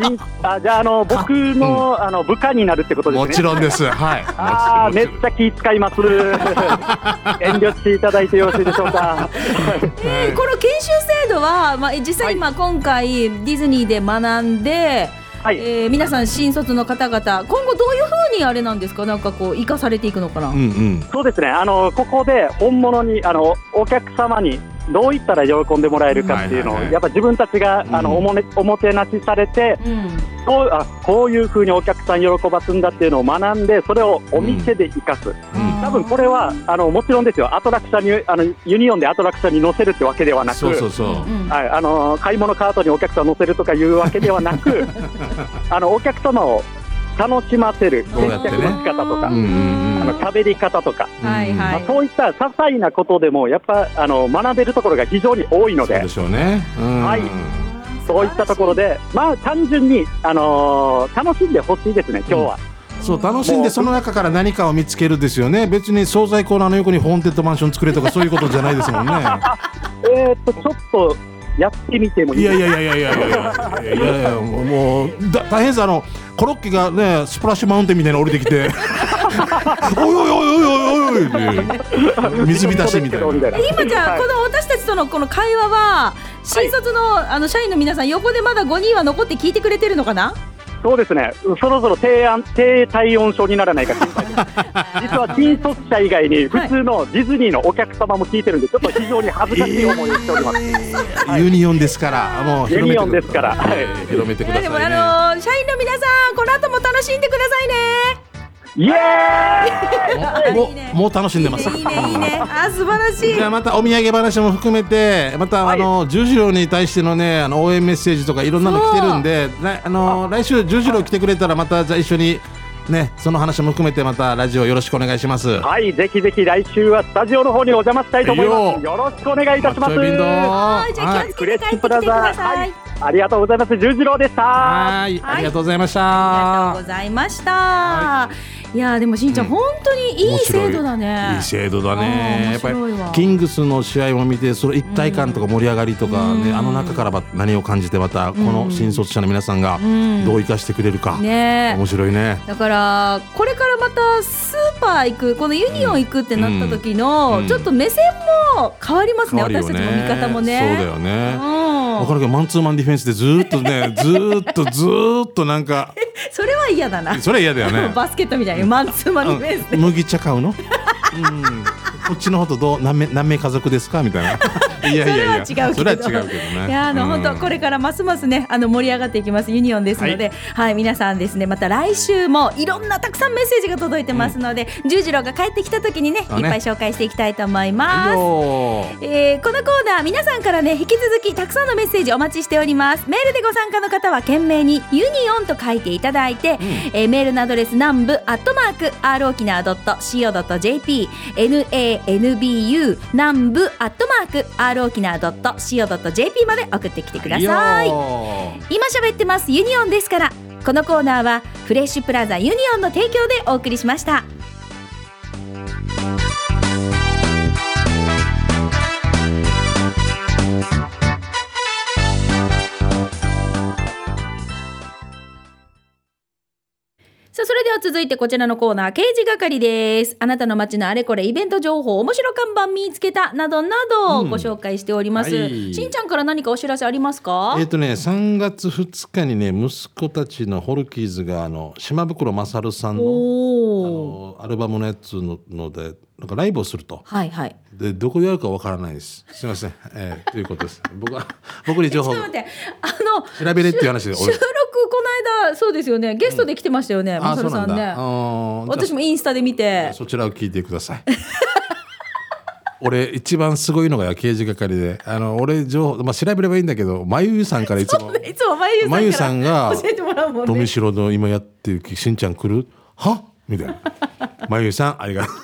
[SPEAKER 3] 新あじゃああの僕の,、あの部下になるってことですね
[SPEAKER 2] もちろんですはい
[SPEAKER 3] ああ
[SPEAKER 2] もち
[SPEAKER 3] めっ
[SPEAKER 2] ろん
[SPEAKER 3] ちゃ気使い ます遠慮していただいてよろしいでしょうか
[SPEAKER 1] でこの研修制度は、まあ、実際にまあ今回ディズニーで学んで、
[SPEAKER 3] はい、
[SPEAKER 1] えー皆さん新卒の方々今後どういうふうにあれなんですかなんかこう生かされていくのかな、
[SPEAKER 2] うんうん
[SPEAKER 3] そうですね、あのここで本物にあのお客様にどういったら喜んでもらえるかっていうのを、
[SPEAKER 2] はいはいはい
[SPEAKER 3] やっぱ自分たちがあの
[SPEAKER 2] うん
[SPEAKER 3] おも,、ね、おもてなしされて
[SPEAKER 1] うん
[SPEAKER 3] こうあこういうふうにお客さん喜ばすんだっていうのを学んでそれをお店で生かす、
[SPEAKER 2] うん
[SPEAKER 3] 多分これはあのもちろんですよアトラクションにあのユニオンでアトラクションに乗せるってわけではなく
[SPEAKER 2] そうそうそう
[SPEAKER 1] うん
[SPEAKER 3] はい、あの買い物カートにお客さん乗せるとかいうわけではな くあのお客様を楽しませる接
[SPEAKER 2] そうやって
[SPEAKER 3] 客
[SPEAKER 2] ね
[SPEAKER 3] の仕方とか、
[SPEAKER 2] うんうん
[SPEAKER 3] あの喋り方とか。
[SPEAKER 1] はいは
[SPEAKER 3] ま
[SPEAKER 1] い
[SPEAKER 3] あ、そういった些細なことでもやっぱあの学べるところが非常に多いの
[SPEAKER 2] そう
[SPEAKER 3] で
[SPEAKER 2] でしょうねうん
[SPEAKER 3] はいそういったところでまあ単純に、あのー楽しんでほしいですね今日は、
[SPEAKER 2] そう楽しん
[SPEAKER 3] も
[SPEAKER 2] で
[SPEAKER 3] う
[SPEAKER 2] その中から何かを見つけるですよね別に惣菜コーナーの横にホーンテッドマンション作れとかそういうことじゃないです もんね
[SPEAKER 3] えーっとちょっとやってみてもい
[SPEAKER 2] い
[SPEAKER 3] い
[SPEAKER 2] やいやいやいやいやいやいやいやいやもうもうだ大変ですあ のコロッケがねスプラッシュマウンテンみたいなの降りてきておいおいおいおいおいおいごいね水浸しみたいな
[SPEAKER 3] みたいな
[SPEAKER 1] 今じゃあ
[SPEAKER 3] はい
[SPEAKER 1] この私たちとのこの会話は新卒のあの社員の皆さん横でまだ5人は残って聞いてくれてるのかな
[SPEAKER 3] そうですね、そろそろ低安低体温症にならないか心配です実は新卒者以外に、普通のディズニーのお客様も聞いてるんで、ちょっと非常に恥ずかしい思いをしております。
[SPEAKER 2] ユニオンですからもう広め
[SPEAKER 3] ユニ
[SPEAKER 2] て
[SPEAKER 3] オン
[SPEAKER 2] くだ
[SPEAKER 3] で
[SPEAKER 2] さ
[SPEAKER 3] す
[SPEAKER 2] い
[SPEAKER 3] からはい
[SPEAKER 2] 広めて
[SPEAKER 1] い
[SPEAKER 2] く
[SPEAKER 1] や
[SPEAKER 2] ださい
[SPEAKER 1] で
[SPEAKER 2] ね
[SPEAKER 1] もあのー社員の皆さんこの後も楽しんでくださいね
[SPEAKER 3] イエーイ
[SPEAKER 2] も
[SPEAKER 1] いいうね
[SPEAKER 2] もう楽しんでます
[SPEAKER 1] いいねいいねあ素晴らしい
[SPEAKER 2] じゃあまたお土産話も含めてまたあの十字路に対してのねあの応援メッセージとかいろんなの来てるんで来あの来週十字路来てくれたらまたじゃあ一緒にねその話も含めてまたラジオよろしくお願いします。は
[SPEAKER 3] はい、ぜひぜひ来週はスタジオの方にお邪魔したいと思いま
[SPEAKER 2] いい
[SPEAKER 3] す。
[SPEAKER 2] よ
[SPEAKER 3] よろしくお願いいたします。は
[SPEAKER 1] はいじゃあ気を
[SPEAKER 3] い
[SPEAKER 1] つ
[SPEAKER 3] ク
[SPEAKER 1] けて
[SPEAKER 3] レ
[SPEAKER 1] 帰
[SPEAKER 3] ッ
[SPEAKER 1] ってき
[SPEAKER 3] シュ
[SPEAKER 1] てく
[SPEAKER 3] プ
[SPEAKER 1] だ
[SPEAKER 3] ラザ
[SPEAKER 1] さい
[SPEAKER 3] はいありがとうございます。十次郎でした。
[SPEAKER 2] はいありがとうございました
[SPEAKER 1] ありがとうご。ざいました。いやーでもしんちゃん、
[SPEAKER 2] うん
[SPEAKER 1] 本当にいい
[SPEAKER 2] 面白
[SPEAKER 1] 制度だね。
[SPEAKER 2] いい制度だ
[SPEAKER 1] あー
[SPEAKER 2] ね。やっぱり
[SPEAKER 1] 面白いわ
[SPEAKER 2] キングスの試合も見て、その一体感とか盛り上がりとかね、あの中からは何を感じて、またこの新卒者の皆さんが
[SPEAKER 1] ん
[SPEAKER 2] どう生かしてくれるか、
[SPEAKER 1] ねえ
[SPEAKER 2] 面白いね。
[SPEAKER 1] だからこれからまたスーパー行くこのユニオン行くってなった時の、
[SPEAKER 2] うん
[SPEAKER 1] ちょっと目線も変わりますね
[SPEAKER 2] 変わるよ
[SPEAKER 1] 私たちの見方もね。
[SPEAKER 2] そうだよね。
[SPEAKER 1] うん
[SPEAKER 2] わかるけどマンツーマンディフェンスでずーっとね ずーっとずーっとなんか
[SPEAKER 1] それは嫌だな。
[SPEAKER 2] それ嫌だよね
[SPEAKER 1] バスケットみたいにマンツーマンディフェンス
[SPEAKER 2] う
[SPEAKER 1] で
[SPEAKER 2] ん麦茶買うの、うん、こっちの方とどう何名何名家族ですかみた いないやいやいや
[SPEAKER 1] それは違うけど
[SPEAKER 2] それは違うけどね
[SPEAKER 1] いやあの
[SPEAKER 2] うん
[SPEAKER 1] 本当これからますますねあの盛り上がっていきますユニオンですので、はい、皆さんですねまた来週もいろんなたくさんメッセージが届いてますので、十次郎が帰ってきた時にねいっぱ
[SPEAKER 2] そう
[SPEAKER 1] い
[SPEAKER 2] ね
[SPEAKER 1] 紹介していきたいと思い
[SPEAKER 2] はい
[SPEAKER 1] ます。
[SPEAKER 2] よー
[SPEAKER 1] えーこのコーナー皆さんからね引き続きたくさんのメッセージお待ちしておりますメールでご参加の方は懸命にユニオンと書いていただいて、えーメールのアドレス南部アットマーク r 沖縄 .co.jp nanbu 南部アットマーク r 沖縄 .co.jp まで送ってきてください今喋ってますユニオンですからこのコーナーはフレッシュプラザユニオンの提供でお送りしましたさあそれでは続いてこちらのコーナー刑事係ですあなたの街のあれこれイベント情報面白看板見つけたなどなどを
[SPEAKER 2] うん
[SPEAKER 1] ご紹介しております、
[SPEAKER 2] はい
[SPEAKER 1] しんちゃんから何かお知らせありますか
[SPEAKER 2] えっ、とね3月2日にね息子たちのホルキーズがあの島袋勝さんのあ
[SPEAKER 1] おお。
[SPEAKER 2] のアルバムのやつののでなんかライブをすると
[SPEAKER 1] はいはい。
[SPEAKER 2] でどこでやるかわからないです。すみません、えー、ということです。僕は僕に情
[SPEAKER 1] ちょ
[SPEAKER 2] 報
[SPEAKER 1] っと待って、あの
[SPEAKER 2] 調べれっていう話で
[SPEAKER 1] 収録
[SPEAKER 2] 俺。
[SPEAKER 1] この間そうですよね。ゲストで来てましたよね、マサルさんね
[SPEAKER 2] あ。ー
[SPEAKER 1] 私
[SPEAKER 2] じ
[SPEAKER 1] もインスタで見
[SPEAKER 2] ゃあ
[SPEAKER 1] て。
[SPEAKER 2] そちらを聞いてください。俺一番すごいのが刑事係で、あの俺情報まあ調べればいいんだけど、まゆゆさんからいつも
[SPEAKER 1] いつもまゆ
[SPEAKER 2] まゆ
[SPEAKER 1] ゆさ
[SPEAKER 2] さん
[SPEAKER 1] ん
[SPEAKER 2] が
[SPEAKER 1] から教えてもらうもん
[SPEAKER 2] ド
[SPEAKER 1] ね
[SPEAKER 2] ミ。シロの今やってるしんちゃん来る？は？みたいな。まゆゆさんありがとう。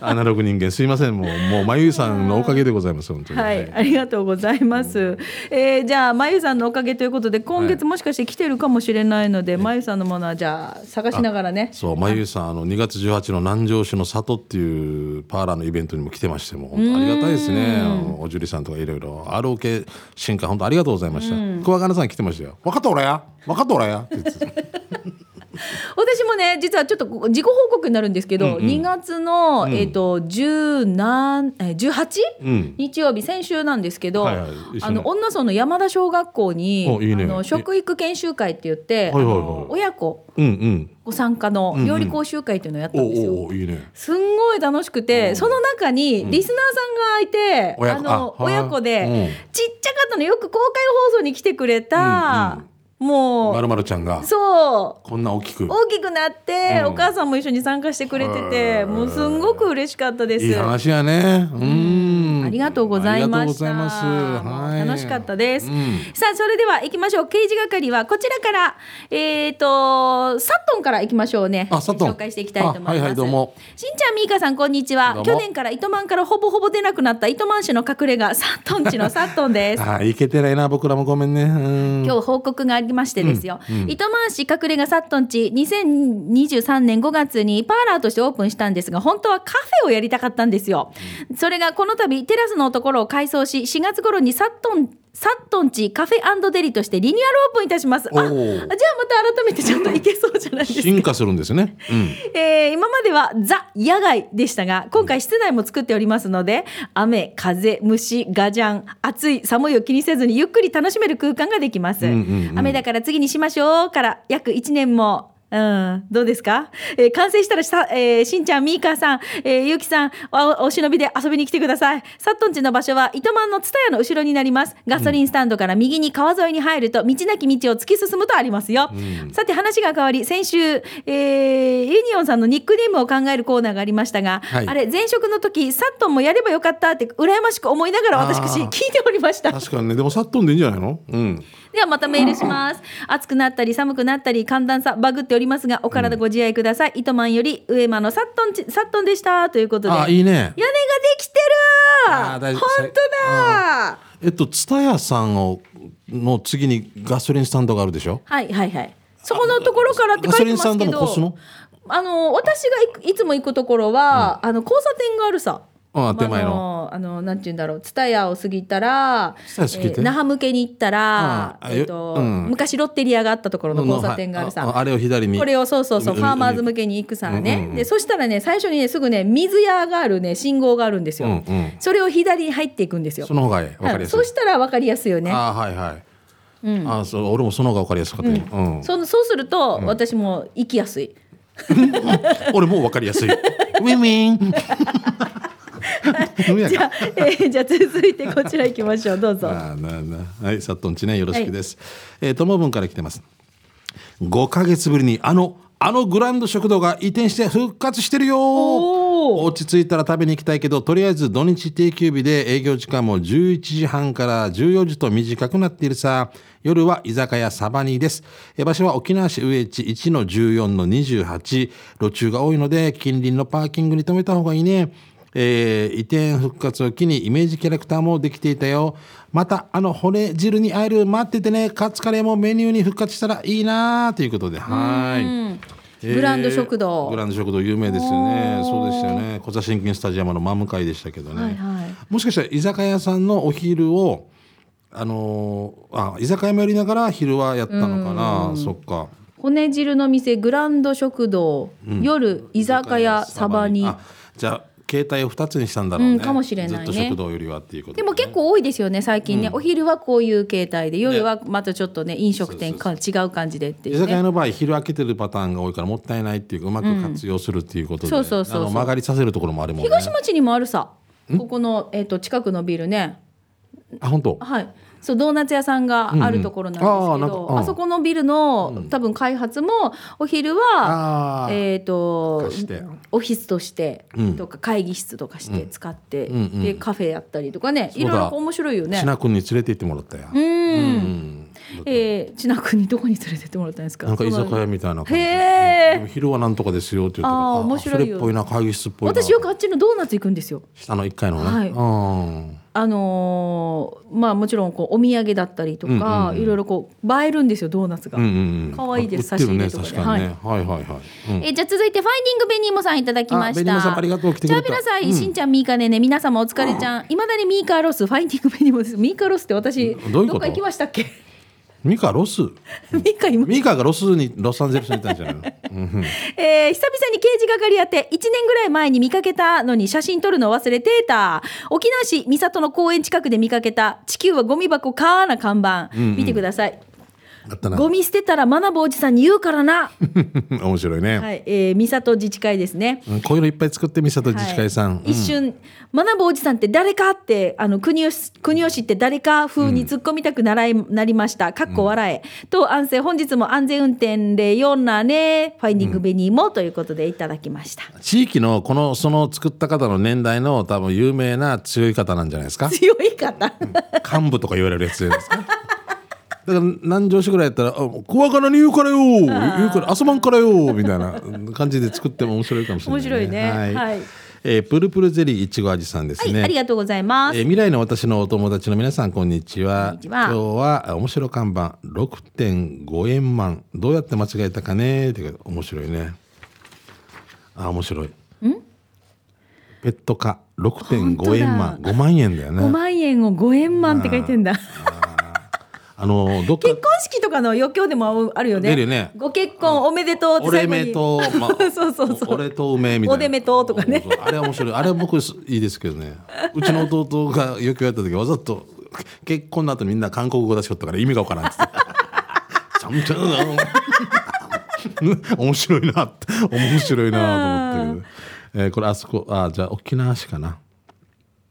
[SPEAKER 2] アナログ人間すいませんもうもうまゆゆさんのおかげでございます本当に。
[SPEAKER 1] はい、ありがとうございます。えー、じゃあまゆさんのおかげということで今月もしかして来てるかもしれないので、まゆさんのものはじゃあ探しながらね。
[SPEAKER 2] そう、まゆゆさん、あの2月18の南城市の里っていうパーラーのイベントにも来てまして、もう本当ありがたいですね。あのおじゅりさんとかいろいろ、ROK 進化、本当ありがとうございました。桑原さん来てましたよ。分かった俺や、分かった俺やって言ってた。
[SPEAKER 1] 私もね実はちょっとここ自己報告になるんですけど、2月の、えっ、と10何えー 18?
[SPEAKER 2] うん。
[SPEAKER 1] 日曜日先週なんですけど、
[SPEAKER 2] はいはい一緒
[SPEAKER 1] あ
[SPEAKER 2] ね
[SPEAKER 1] の女村の山田小学校に
[SPEAKER 2] おいいね
[SPEAKER 1] あの食育研修会って言って、
[SPEAKER 2] はいはいはい
[SPEAKER 1] あの親子
[SPEAKER 2] うんうん。
[SPEAKER 1] ご参加の料理講習会っていうのをやった
[SPEAKER 2] お
[SPEAKER 1] んですよ。
[SPEAKER 2] おおいいね。
[SPEAKER 1] すんごい楽しくて、その中にリスナーさんがいて、
[SPEAKER 2] 親
[SPEAKER 1] あ
[SPEAKER 2] 子
[SPEAKER 1] の
[SPEAKER 2] あはい
[SPEAKER 1] 親子で、
[SPEAKER 2] う
[SPEAKER 1] ちっちゃかったのよく公開放送に来てくれた、もう、
[SPEAKER 2] まるまるちゃんが
[SPEAKER 1] そう
[SPEAKER 2] こんな大きく
[SPEAKER 1] 大きくなって、
[SPEAKER 2] う
[SPEAKER 1] お
[SPEAKER 2] ん
[SPEAKER 1] 母さんも一緒に参加してくれてて
[SPEAKER 2] へー
[SPEAKER 1] もうすんごく嬉しかったです。
[SPEAKER 2] いい話やね。うん。
[SPEAKER 1] ありがとうございました。
[SPEAKER 2] ありがとうございますはい
[SPEAKER 1] 楽しかったです。
[SPEAKER 2] うん
[SPEAKER 1] さあ、それでは行きましょう。刑事係はこちらから、えっ、と、サットンから行きましょうね。
[SPEAKER 2] あサットン
[SPEAKER 1] 紹介していきたいと思います。
[SPEAKER 2] あはいはいどうも
[SPEAKER 1] しんちゃん、みーかさん、こんにち
[SPEAKER 2] どう
[SPEAKER 1] は。
[SPEAKER 2] も
[SPEAKER 1] 去年から糸満からほぼほぼ出なくなった糸満市の隠れ家、サットン地のサットンです。
[SPEAKER 2] あー、いけてないな、僕らもごめんね。うん
[SPEAKER 1] 今日報告がありましてですよ、糸満市隠れ家サットン地2023年5月にパーラーとしてオープンしたんですが本当はカフェをやりたかったんですよ、それがこの度テラスのところを改装し4月頃にサットンサットンチカフェデリとしてリニューアルオープンいたしますあ
[SPEAKER 2] お
[SPEAKER 1] じゃあ
[SPEAKER 2] ー
[SPEAKER 1] また改めてちょっといけそうじゃないですか
[SPEAKER 2] 進化するんですね。うん。
[SPEAKER 1] えー今まではザ野外でしたが今回室内も作っておりますので雨風虫ガジャン暑い寒いを気にせずにゆっくり楽しめる空間ができます、
[SPEAKER 2] うんうんうん
[SPEAKER 1] 雨だから次にしましょうから約1年もうん、どうですか、えー完成したらさ、えーしんちゃん、みーかーさん、えーゆうきさんお、お忍びで遊びに来てください。サットンチの場所は、糸満の蔦屋の後ろになります。ガソリンスタンドから右に川沿いに入ると、道なき道を突き進むとありますよ。さて、話が変わり、先週、えーユニオンさんのニックネームを考えるコーナーがありましたが、
[SPEAKER 2] はい
[SPEAKER 1] あれ、前職の時、サットンもやればよかったって、羨ましく思いながら私、
[SPEAKER 2] あ
[SPEAKER 1] 聞
[SPEAKER 2] ー
[SPEAKER 1] いておりました。
[SPEAKER 2] 確かにね、でもさっとんでいいんじゃないのうん。
[SPEAKER 1] ではまたメールします。暑くなったり寒くなったり寒暖差バグっておりますがお体ご自愛ください。糸満より上間のサットンちサットンでしたということで。
[SPEAKER 2] あ、いいね。
[SPEAKER 1] 屋根ができて
[SPEAKER 2] あー大
[SPEAKER 1] る。
[SPEAKER 2] 丈
[SPEAKER 1] 本
[SPEAKER 2] 夫
[SPEAKER 1] 当だ。
[SPEAKER 2] えっと、蔦屋さんを、の次にガソリンスタンドがあるでしょ
[SPEAKER 1] はいはいはい。そこのところからって書いてます
[SPEAKER 2] ガソリンスタ
[SPEAKER 1] け
[SPEAKER 2] ンドも越す
[SPEAKER 1] ど
[SPEAKER 2] の。
[SPEAKER 1] あの私が行くいつも行くところは、あの交差点があるさ。
[SPEAKER 2] あ手前の。
[SPEAKER 1] あのあのなんて言うんだろう蔦屋を過ぎたら、
[SPEAKER 2] 蔦屋過ぎて
[SPEAKER 1] えー那覇向けに行ったら、
[SPEAKER 2] うんあ
[SPEAKER 1] えっと
[SPEAKER 2] うん
[SPEAKER 1] 昔ロッテリアがあったところの交差点があるさ
[SPEAKER 2] のはいああれを左に。
[SPEAKER 1] これをそうそうそう
[SPEAKER 2] う
[SPEAKER 1] フ
[SPEAKER 2] ん
[SPEAKER 1] ァーマーズ向けに行くさね、
[SPEAKER 2] うんうんうん
[SPEAKER 1] でそしたらね最初にねすぐね水屋があるね信号があるんですよ、
[SPEAKER 2] うんうん
[SPEAKER 1] それを左に入っていくんですよ
[SPEAKER 2] その方がいい。わかりや
[SPEAKER 1] う
[SPEAKER 2] すい。
[SPEAKER 1] んそうしたら分かりやすいよね
[SPEAKER 2] あーはいはい、あーそう俺もその方が分かりやすかったよ、うん
[SPEAKER 1] そのそうすると私も行きやすい、
[SPEAKER 2] 俺もう分かり やすいウィンウィン飲みや
[SPEAKER 1] じゃ
[SPEAKER 2] か
[SPEAKER 1] あ、えーじゃあ続いてこちら行きましょうどうぞ
[SPEAKER 2] あーなあなあはいさっとんちねよろしくです、えーともぶんから来てます5ヶ月ぶりにあのあのグランド食堂が移転して復活してるよ
[SPEAKER 1] おー
[SPEAKER 2] 落ち着いたら食べに行きたいけどとりあえず土日定休日で営業時間も11時半から14時と短くなっているさ夜は居酒屋サバニーですえ場所は沖縄市上地1の14の28路中が多いので近隣のパーキングに停めた方がいいねえー移転復活を機にイメージキャラクターもできていたよまたあの骨汁に会える待っててねカツカレーもメニューに復活したらいいなということではーい
[SPEAKER 1] グランド食堂
[SPEAKER 2] グランド食堂有名ですよ
[SPEAKER 1] お
[SPEAKER 2] ね
[SPEAKER 1] ー
[SPEAKER 2] そうでしたよね小座新金スタジアムの真向かいでしたけどね、
[SPEAKER 1] はいはい
[SPEAKER 2] もしかしたら居酒屋さんのお昼をあのーあ居酒屋もやりながら昼はやったのかなそっか
[SPEAKER 1] 骨汁の店グランド食堂、夜居酒屋サバに
[SPEAKER 2] あじゃあ携帯を2つにしたんだろうね、
[SPEAKER 1] うんかもしれないね
[SPEAKER 2] ずっと食堂よりはっていうこと
[SPEAKER 1] でも結構多いですよね最近ね、お昼はこういう形態で夜はまたちょっとね飲食店か違う感じでってい
[SPEAKER 2] 居
[SPEAKER 1] う
[SPEAKER 2] 酒屋
[SPEAKER 1] ね
[SPEAKER 2] の場合昼開けてるパターンが多いからもったいないっていうかうまく活用するっていうことで、
[SPEAKER 1] そうそうそうそう
[SPEAKER 2] あの曲がりさせるところもあるもんね
[SPEAKER 1] 東町にもあるさここの、えっと近くのビルね
[SPEAKER 2] あ本当
[SPEAKER 1] はいそうドーナツ屋さんがあるところなんですけ
[SPEAKER 2] うんうんあーなんか
[SPEAKER 1] ど、
[SPEAKER 2] うん
[SPEAKER 1] あそこのビルの、多分開発もお昼は
[SPEAKER 2] あー
[SPEAKER 1] えっ、と
[SPEAKER 2] 貸して
[SPEAKER 1] オフィスとして
[SPEAKER 2] うん
[SPEAKER 1] とか会議室とかして使って、
[SPEAKER 2] んうん
[SPEAKER 1] でカフェやったりとかねい
[SPEAKER 2] そうだ
[SPEAKER 1] ろいろこう面白いよね。
[SPEAKER 2] しな君に連れて行ってもらったよ、
[SPEAKER 1] うん
[SPEAKER 2] うん
[SPEAKER 1] えー、ちなくにどこに連れてってもらったんですか。
[SPEAKER 2] なんか居酒屋みたいな感じ
[SPEAKER 1] へー
[SPEAKER 2] でも昼はなんとかですよっていうとこ
[SPEAKER 1] あー
[SPEAKER 2] あ
[SPEAKER 1] 面白いよ
[SPEAKER 2] それっぽいな会議室っぽいな
[SPEAKER 1] 私よくあっちのドーナツ行くんですよ。
[SPEAKER 2] 下の1階のね、
[SPEAKER 1] はい
[SPEAKER 2] うん
[SPEAKER 1] あのーまあもちろんこうお土産だったりとか、いろいろこう映えるんですよドーナツが。
[SPEAKER 2] うんうんうん
[SPEAKER 1] 可愛いです
[SPEAKER 2] 売ってるね
[SPEAKER 1] 刺身と
[SPEAKER 2] 確
[SPEAKER 1] かね
[SPEAKER 2] かにね、はい、はいはいうん
[SPEAKER 1] えーじゃあ続いてファインディングベニーモさんいただきました。
[SPEAKER 2] あベニーモさんありがとう来てくれた
[SPEAKER 1] チャービラさん、しんちゃん、ミーカねね、皆様お疲れちゃん。いまだにミーカロス、ファインディングベニーモです。ミーカロスって私、
[SPEAKER 2] どういうこと
[SPEAKER 1] っか行きましたっけ
[SPEAKER 2] ミカロス
[SPEAKER 1] ミーカいま
[SPEAKER 2] ミカがロスにロサンゼルスにいたんじゃないの
[SPEAKER 1] えー久々に刑事係やって1年ぐらい前に見かけたのに写真撮るの忘れてた沖縄市三郷の公園近くで見かけた「地球はゴミ箱か」な看板、見てください
[SPEAKER 2] あったな
[SPEAKER 1] ゴミ捨てたら学ぶおじさんに言うからな、
[SPEAKER 2] 面白いね、
[SPEAKER 1] はいえー、三郷自治会ですね
[SPEAKER 2] うんこういうのいっぱい作ってみさと自治会さん、
[SPEAKER 1] はい一瞬「学ぶおじさんって誰か?」ってあの国吉国吉って誰か風に突っ込みたくならい、なりましたかっこ笑え、と安静本日も安全運転で4なねファインディングベニーも、ということでいただきました
[SPEAKER 2] 地域のこのその作った方の年代の多分有名な強い方なんじゃないですか
[SPEAKER 1] 強い方
[SPEAKER 2] 幹部とか言われるやつじゃないですかだから何上司ぐらいやったら「あ怖がらに言うからよ言うから遊ばんからよ」みたいな感じで作っても面白いかもしれない、
[SPEAKER 1] 面白いねはい
[SPEAKER 2] えープルプルゼリーいちご味さんです
[SPEAKER 1] はい、
[SPEAKER 2] ね、
[SPEAKER 1] ありがとうございます。
[SPEAKER 2] えー未来の私のお友達の皆さんこんにちは
[SPEAKER 1] こんにちは
[SPEAKER 2] 今日はあ面白看板6.5円満どうやって間違えたかねって面白いねあ面白いペット価6.5円
[SPEAKER 1] 本
[SPEAKER 2] 万
[SPEAKER 1] 当だ
[SPEAKER 2] 5万円だよ
[SPEAKER 1] 5
[SPEAKER 2] ね
[SPEAKER 1] 万円を5円満って書いてんだ。
[SPEAKER 2] あのどっか
[SPEAKER 1] 結婚式とかの余興でもあるよね。
[SPEAKER 2] 出るよね
[SPEAKER 1] ご結婚おめでとうって
[SPEAKER 2] 俺
[SPEAKER 1] 最後に。
[SPEAKER 2] めと、ま
[SPEAKER 1] そうそうそう
[SPEAKER 2] 俺と梅みたいな
[SPEAKER 1] おでめととかね
[SPEAKER 2] そうそうあれ面白いあれ僕すいいですけどねうちの弟がよくやった時わざと結婚の後にみんな韓国語出しよったから意味がわからんっつってちゃんちゃんだよ面白いなって面白いなと思 ってえーこれあそこあじゃあ沖縄市かな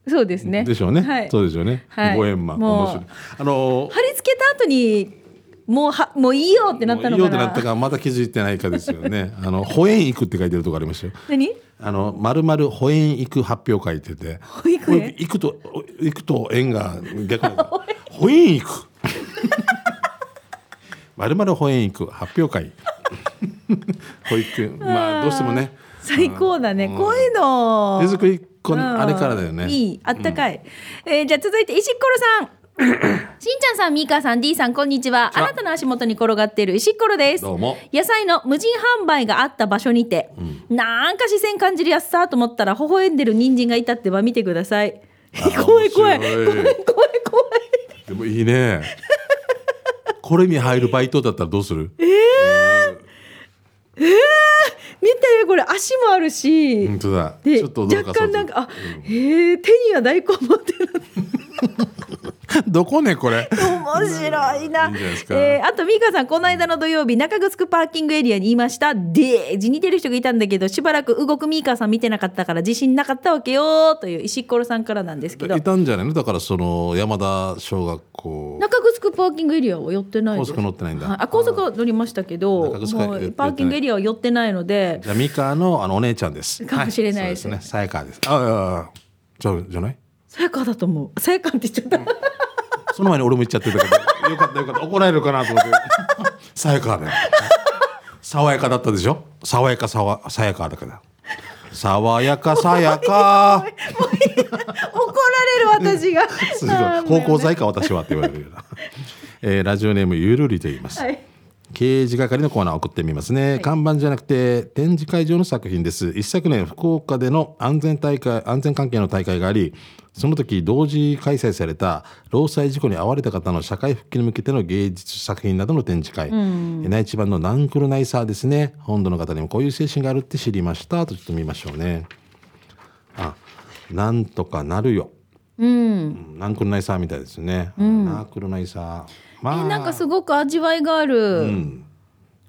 [SPEAKER 1] そうですね。
[SPEAKER 2] でしょうね、
[SPEAKER 1] はい。
[SPEAKER 2] そうですよね、
[SPEAKER 1] はい
[SPEAKER 2] ご縁満
[SPEAKER 1] もう
[SPEAKER 2] 面白いあのー
[SPEAKER 1] 貼り付けた後にもうはもういいよってなったの
[SPEAKER 2] もういい
[SPEAKER 1] か
[SPEAKER 2] よって
[SPEAKER 1] な。
[SPEAKER 2] なったかまだ気づいてないかですよねあの保園行くって書いてるとこありましたよ
[SPEAKER 1] 何？
[SPEAKER 2] あの丸々保園行く発表会って言って
[SPEAKER 1] 保育園
[SPEAKER 2] 行くと行くと縁が逆なんだ保園行く丸々保園行く発表会保育園まあどうしてもね
[SPEAKER 1] 最高だね。こういうの。
[SPEAKER 2] 手作りこ
[SPEAKER 1] うん
[SPEAKER 2] あれからだよね
[SPEAKER 1] いい、あったかい。えーじゃあ続いて石ころ さん。しんちゃんさん、みーかさん、D さん、こんにちは。
[SPEAKER 2] こ
[SPEAKER 1] あ
[SPEAKER 2] んにちは
[SPEAKER 1] なたの足元に転がっている石ころです。
[SPEAKER 2] どうも
[SPEAKER 1] 野菜の無人販売があった場所にて、なんか視線感じるやつさと思ったら、微笑んでる人参がいたってば見てください。
[SPEAKER 2] あ
[SPEAKER 1] 怖い怖い。
[SPEAKER 2] 面
[SPEAKER 1] 怖
[SPEAKER 2] 白
[SPEAKER 1] い
[SPEAKER 2] い
[SPEAKER 1] 怖い怖い。
[SPEAKER 2] でもいいねこれに入るバイトだったらどうする
[SPEAKER 1] 見て、これ足もあるし。
[SPEAKER 2] 本当だ
[SPEAKER 1] で
[SPEAKER 2] ちょっと驚
[SPEAKER 1] 若
[SPEAKER 2] かそ
[SPEAKER 1] 干
[SPEAKER 2] うと
[SPEAKER 1] なんか、あ、へえ、手には大根持ってる。
[SPEAKER 2] どこねこれ
[SPEAKER 1] 面白いな。
[SPEAKER 2] いいんじゃないですか
[SPEAKER 1] えーあと美香さんこの間の土曜日中城パーキングエリアにいました。で字に出る人がいたんだけどしばらく動く美香さん見てなかったから自信なかったわけよという石ころさんからなんですけど
[SPEAKER 2] い
[SPEAKER 1] 中
[SPEAKER 2] たんじゃないのだからその山田小学校
[SPEAKER 1] 城パーキングエリアは寄ってないで
[SPEAKER 2] 高
[SPEAKER 1] す。
[SPEAKER 2] 速乗ってないんだ、
[SPEAKER 1] はいあ高速は乗りましたけど、
[SPEAKER 2] 中城は
[SPEAKER 1] も
[SPEAKER 2] 寄ってな
[SPEAKER 1] う
[SPEAKER 2] い
[SPEAKER 1] パーキングエリアは寄ってないので、
[SPEAKER 2] じゃあミカのあのお姉ちゃんです。
[SPEAKER 1] かもしれないです
[SPEAKER 2] はそうですね。さやかです。ああああ、じゃじゃない？
[SPEAKER 1] さやかだと思う。さやかって言っちゃった。
[SPEAKER 2] その前に俺も言っちゃってたから、よかったよかった怒られるかなと思って。 さやかだよ。爽やかだったでしょ？爽やかさわさやかだから。爽 やかさやか。
[SPEAKER 1] 怒られる私が。
[SPEAKER 2] すごい
[SPEAKER 1] あー
[SPEAKER 2] 高校在か私はって言われるような。えーラジオネームゆるりと言います。
[SPEAKER 1] はい。
[SPEAKER 2] 刑事係のコーナーを送ってみますね、看板じゃなくて展示会場の作品です一昨年福岡での安全大会安全関係の大会がありその時同時開催された労災事故に遭われた方の社会復帰に向けての芸術作品などの展示会、内地版のナンクルナイサーですね本土の方にもこういう精神があるって知りましたとちょっと見ましょうねあなんとかなるよ
[SPEAKER 1] うん。
[SPEAKER 2] うんナンクルナイサーみたいですね、ナンクルナイサーま
[SPEAKER 1] えなんかすごく味わいがある。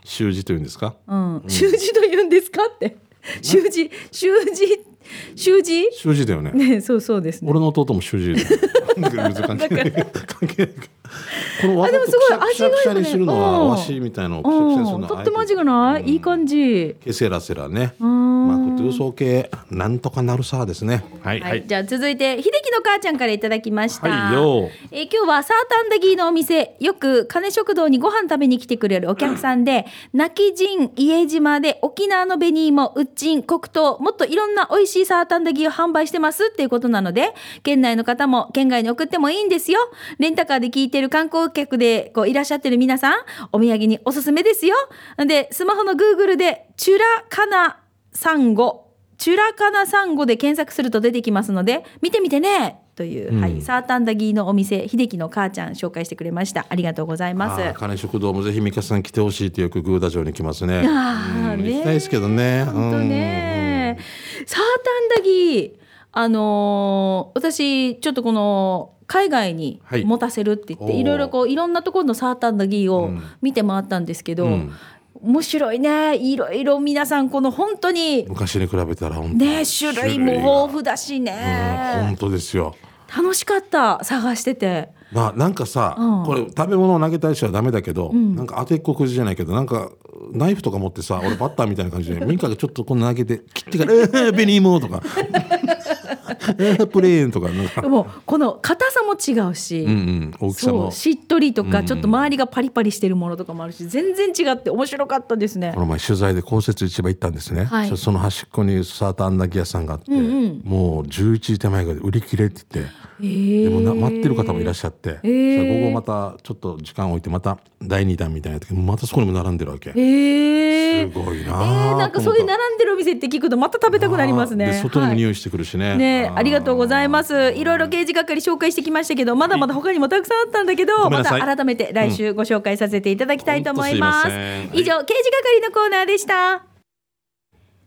[SPEAKER 2] 習字というんですか
[SPEAKER 1] うん、習字と言うんですかって。習字、習字、習字。
[SPEAKER 2] 習字だよね
[SPEAKER 1] ね、そうそうですね。
[SPEAKER 2] 俺の弟も主治医だよ別に関係ない関係ないこのわざ
[SPEAKER 1] あでも
[SPEAKER 2] と
[SPEAKER 1] すごい
[SPEAKER 2] くしゃくしゃ
[SPEAKER 1] 味がいいよね
[SPEAKER 2] にするのは
[SPEAKER 1] うん
[SPEAKER 2] わしみたいなのをくしゃくしゃにする
[SPEAKER 1] うん、
[SPEAKER 2] の
[SPEAKER 1] と
[SPEAKER 2] は
[SPEAKER 1] っても味がない、いい感じ。
[SPEAKER 2] ケセラセラね
[SPEAKER 1] ん
[SPEAKER 2] マクトゥーソー系なんとかなるさですねはい
[SPEAKER 1] はい、
[SPEAKER 2] はい
[SPEAKER 1] じゃあ続いて秀樹の母ちゃんからいただきました、
[SPEAKER 2] はいよ
[SPEAKER 1] えー今日はサータンダギーのお店よく金食堂にご飯食べに来てくれるお客さんで泣き人家島で沖縄の紅芋うっちん黒糖もっといろんな美味しいサータンダギーを販売してますっていうことなので県内の方も県外に送ってもいいんですよレンタカーで聞いてる観光客でこういらっしゃってる皆さんお土産におすすめですよでスマホの Google でチュラカナサンゴチュラカナサンゴで検索すると出てきますので見てみてねという、はい、サータンダギーのお店秀樹の母ちゃん紹介してくれましたありがとうございます
[SPEAKER 2] あー金食堂もぜひミカさん来てほしいってよくグーダ城に来ますね
[SPEAKER 1] あー
[SPEAKER 2] うん
[SPEAKER 1] ね
[SPEAKER 2] 行きたいですけどね
[SPEAKER 1] 本当ねサータンダギーあのー私ちょっとこの海外に
[SPEAKER 2] はい
[SPEAKER 1] 持たせるって言って、
[SPEAKER 2] おー
[SPEAKER 1] い、ろいろこういろんなところのサータンダギーを
[SPEAKER 2] うん
[SPEAKER 1] 見て回ったんですけど、
[SPEAKER 2] うん
[SPEAKER 1] 面白いねいろいろ皆さんこの本当に
[SPEAKER 2] 昔に比べたら本当
[SPEAKER 1] ね種類も豊富だしね。
[SPEAKER 2] うん本当ですよ
[SPEAKER 1] 楽しかった探してて
[SPEAKER 2] まあなんかさ、
[SPEAKER 1] うん
[SPEAKER 2] これ食べ物を投げたりしちゃダメだけど、
[SPEAKER 1] ん
[SPEAKER 2] なんか当てっこくじじゃないけどなんかナイフとか持っ てさ 俺バッターみたいな感じで民家がちょっとこんな投げて切ってから「えー、ベニーモー」とか プレーンとかなんか
[SPEAKER 1] でもこの硬さも違うし、
[SPEAKER 2] うんうん大きさ
[SPEAKER 1] そ
[SPEAKER 2] も
[SPEAKER 1] うしっとりとか、
[SPEAKER 2] うん
[SPEAKER 1] ちょっと周りがパリパリしてるものとかもあるし全然違って面白かったですね
[SPEAKER 2] こ。の前取材で公設市場行ったんですね、
[SPEAKER 1] はい
[SPEAKER 2] そその端っこにサーターアンダギー屋さんがあって、もう11時手前ぐらいで売り切れって言って、
[SPEAKER 1] えー
[SPEAKER 2] でもな待ってる方もいらっしゃって、
[SPEAKER 1] えー
[SPEAKER 2] それ午後またちょっと時間置いてまた第2弾みたいな時またそこにも並んでるわけ、
[SPEAKER 1] えー、
[SPEAKER 2] すごい
[SPEAKER 1] え
[SPEAKER 2] なあ
[SPEAKER 1] ー、なんかそういう並んでるお店って聞くとまた食べたくなります
[SPEAKER 2] あー
[SPEAKER 1] ね。
[SPEAKER 2] で外にも
[SPEAKER 1] は
[SPEAKER 2] 匂いしてくるしね、
[SPEAKER 1] いねありがとうございますす。いろいろ刑事係紹介してきましたけど、まだまだ他にもたくさんあったんだけど、
[SPEAKER 2] ごめん
[SPEAKER 1] ま
[SPEAKER 2] な
[SPEAKER 1] た
[SPEAKER 2] さい
[SPEAKER 1] 改めて来週ご紹介させていただきたいと思います。
[SPEAKER 2] ほんとすいません
[SPEAKER 1] 以上、刑事係のコーナーでした。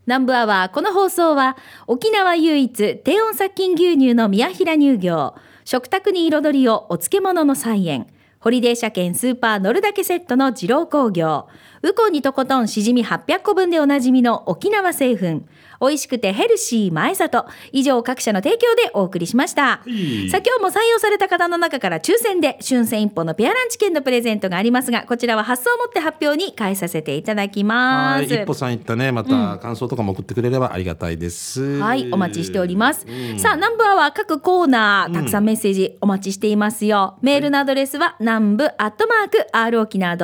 [SPEAKER 1] 南部アワー、この放送は、沖縄唯一低温殺菌牛乳の宮平乳業、食卓に彩りをお漬物の菜園、ホリデー車検スーパー乗るだけセットの二郎工業、ウコンにとことんしじみ800個分でおなじみの沖縄製粉、美味しくてヘルシー前里、以上各社の提供でお送りしました。
[SPEAKER 2] い
[SPEAKER 1] さあ今日も採用された方の中から抽選で春戦一歩のペアランチ券のプレゼントがありますがこちらは発送をもって発表に返させていただき
[SPEAKER 2] は
[SPEAKER 1] ま
[SPEAKER 2] い
[SPEAKER 1] す
[SPEAKER 2] 一歩さん行ったねまた感想とかも送ってくれればありがたいです
[SPEAKER 1] はい、お待ちしております。さあ、南部アワー各コーナー、たくさんメッセージお待ちしていますよ。メールのアドレスは、南部アットマーク、r 沖縄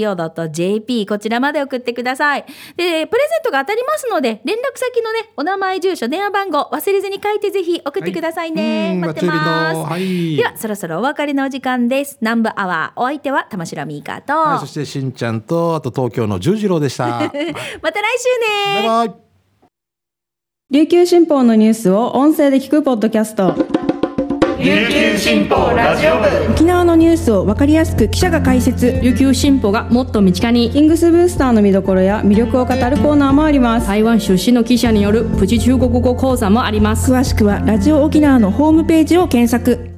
[SPEAKER 1] .co.jp、こちらまで送ってください。で、プレゼントが当たりますので、連絡先のね、お名前、住所、電話番号、忘れずに書いてぜひ送ってくださいね。
[SPEAKER 2] はいうん
[SPEAKER 1] 待ってます。
[SPEAKER 2] 待ってるよはい
[SPEAKER 1] では、そろそろお別れのお時間です。南部アワー、お相手は、玉城ミーカーと、
[SPEAKER 2] はい、そしてしんちゃんとあと東京の十次郎でした バ
[SPEAKER 1] ま
[SPEAKER 2] イ
[SPEAKER 1] た来週ね
[SPEAKER 2] バイ
[SPEAKER 4] 琉球新報のニュースを音声で聞くポッドキャスト
[SPEAKER 5] 琉球新報ラジオ部
[SPEAKER 4] 沖縄のニュースを分かりやすく記者が解説
[SPEAKER 6] 琉球新報がもっと身近に
[SPEAKER 4] キングスブースターの見どころや魅力を語るコーナーもあります
[SPEAKER 6] 台湾出身の記者によるプチ中国語講座もあります
[SPEAKER 4] 詳しくはラジオ沖縄のホームページを検索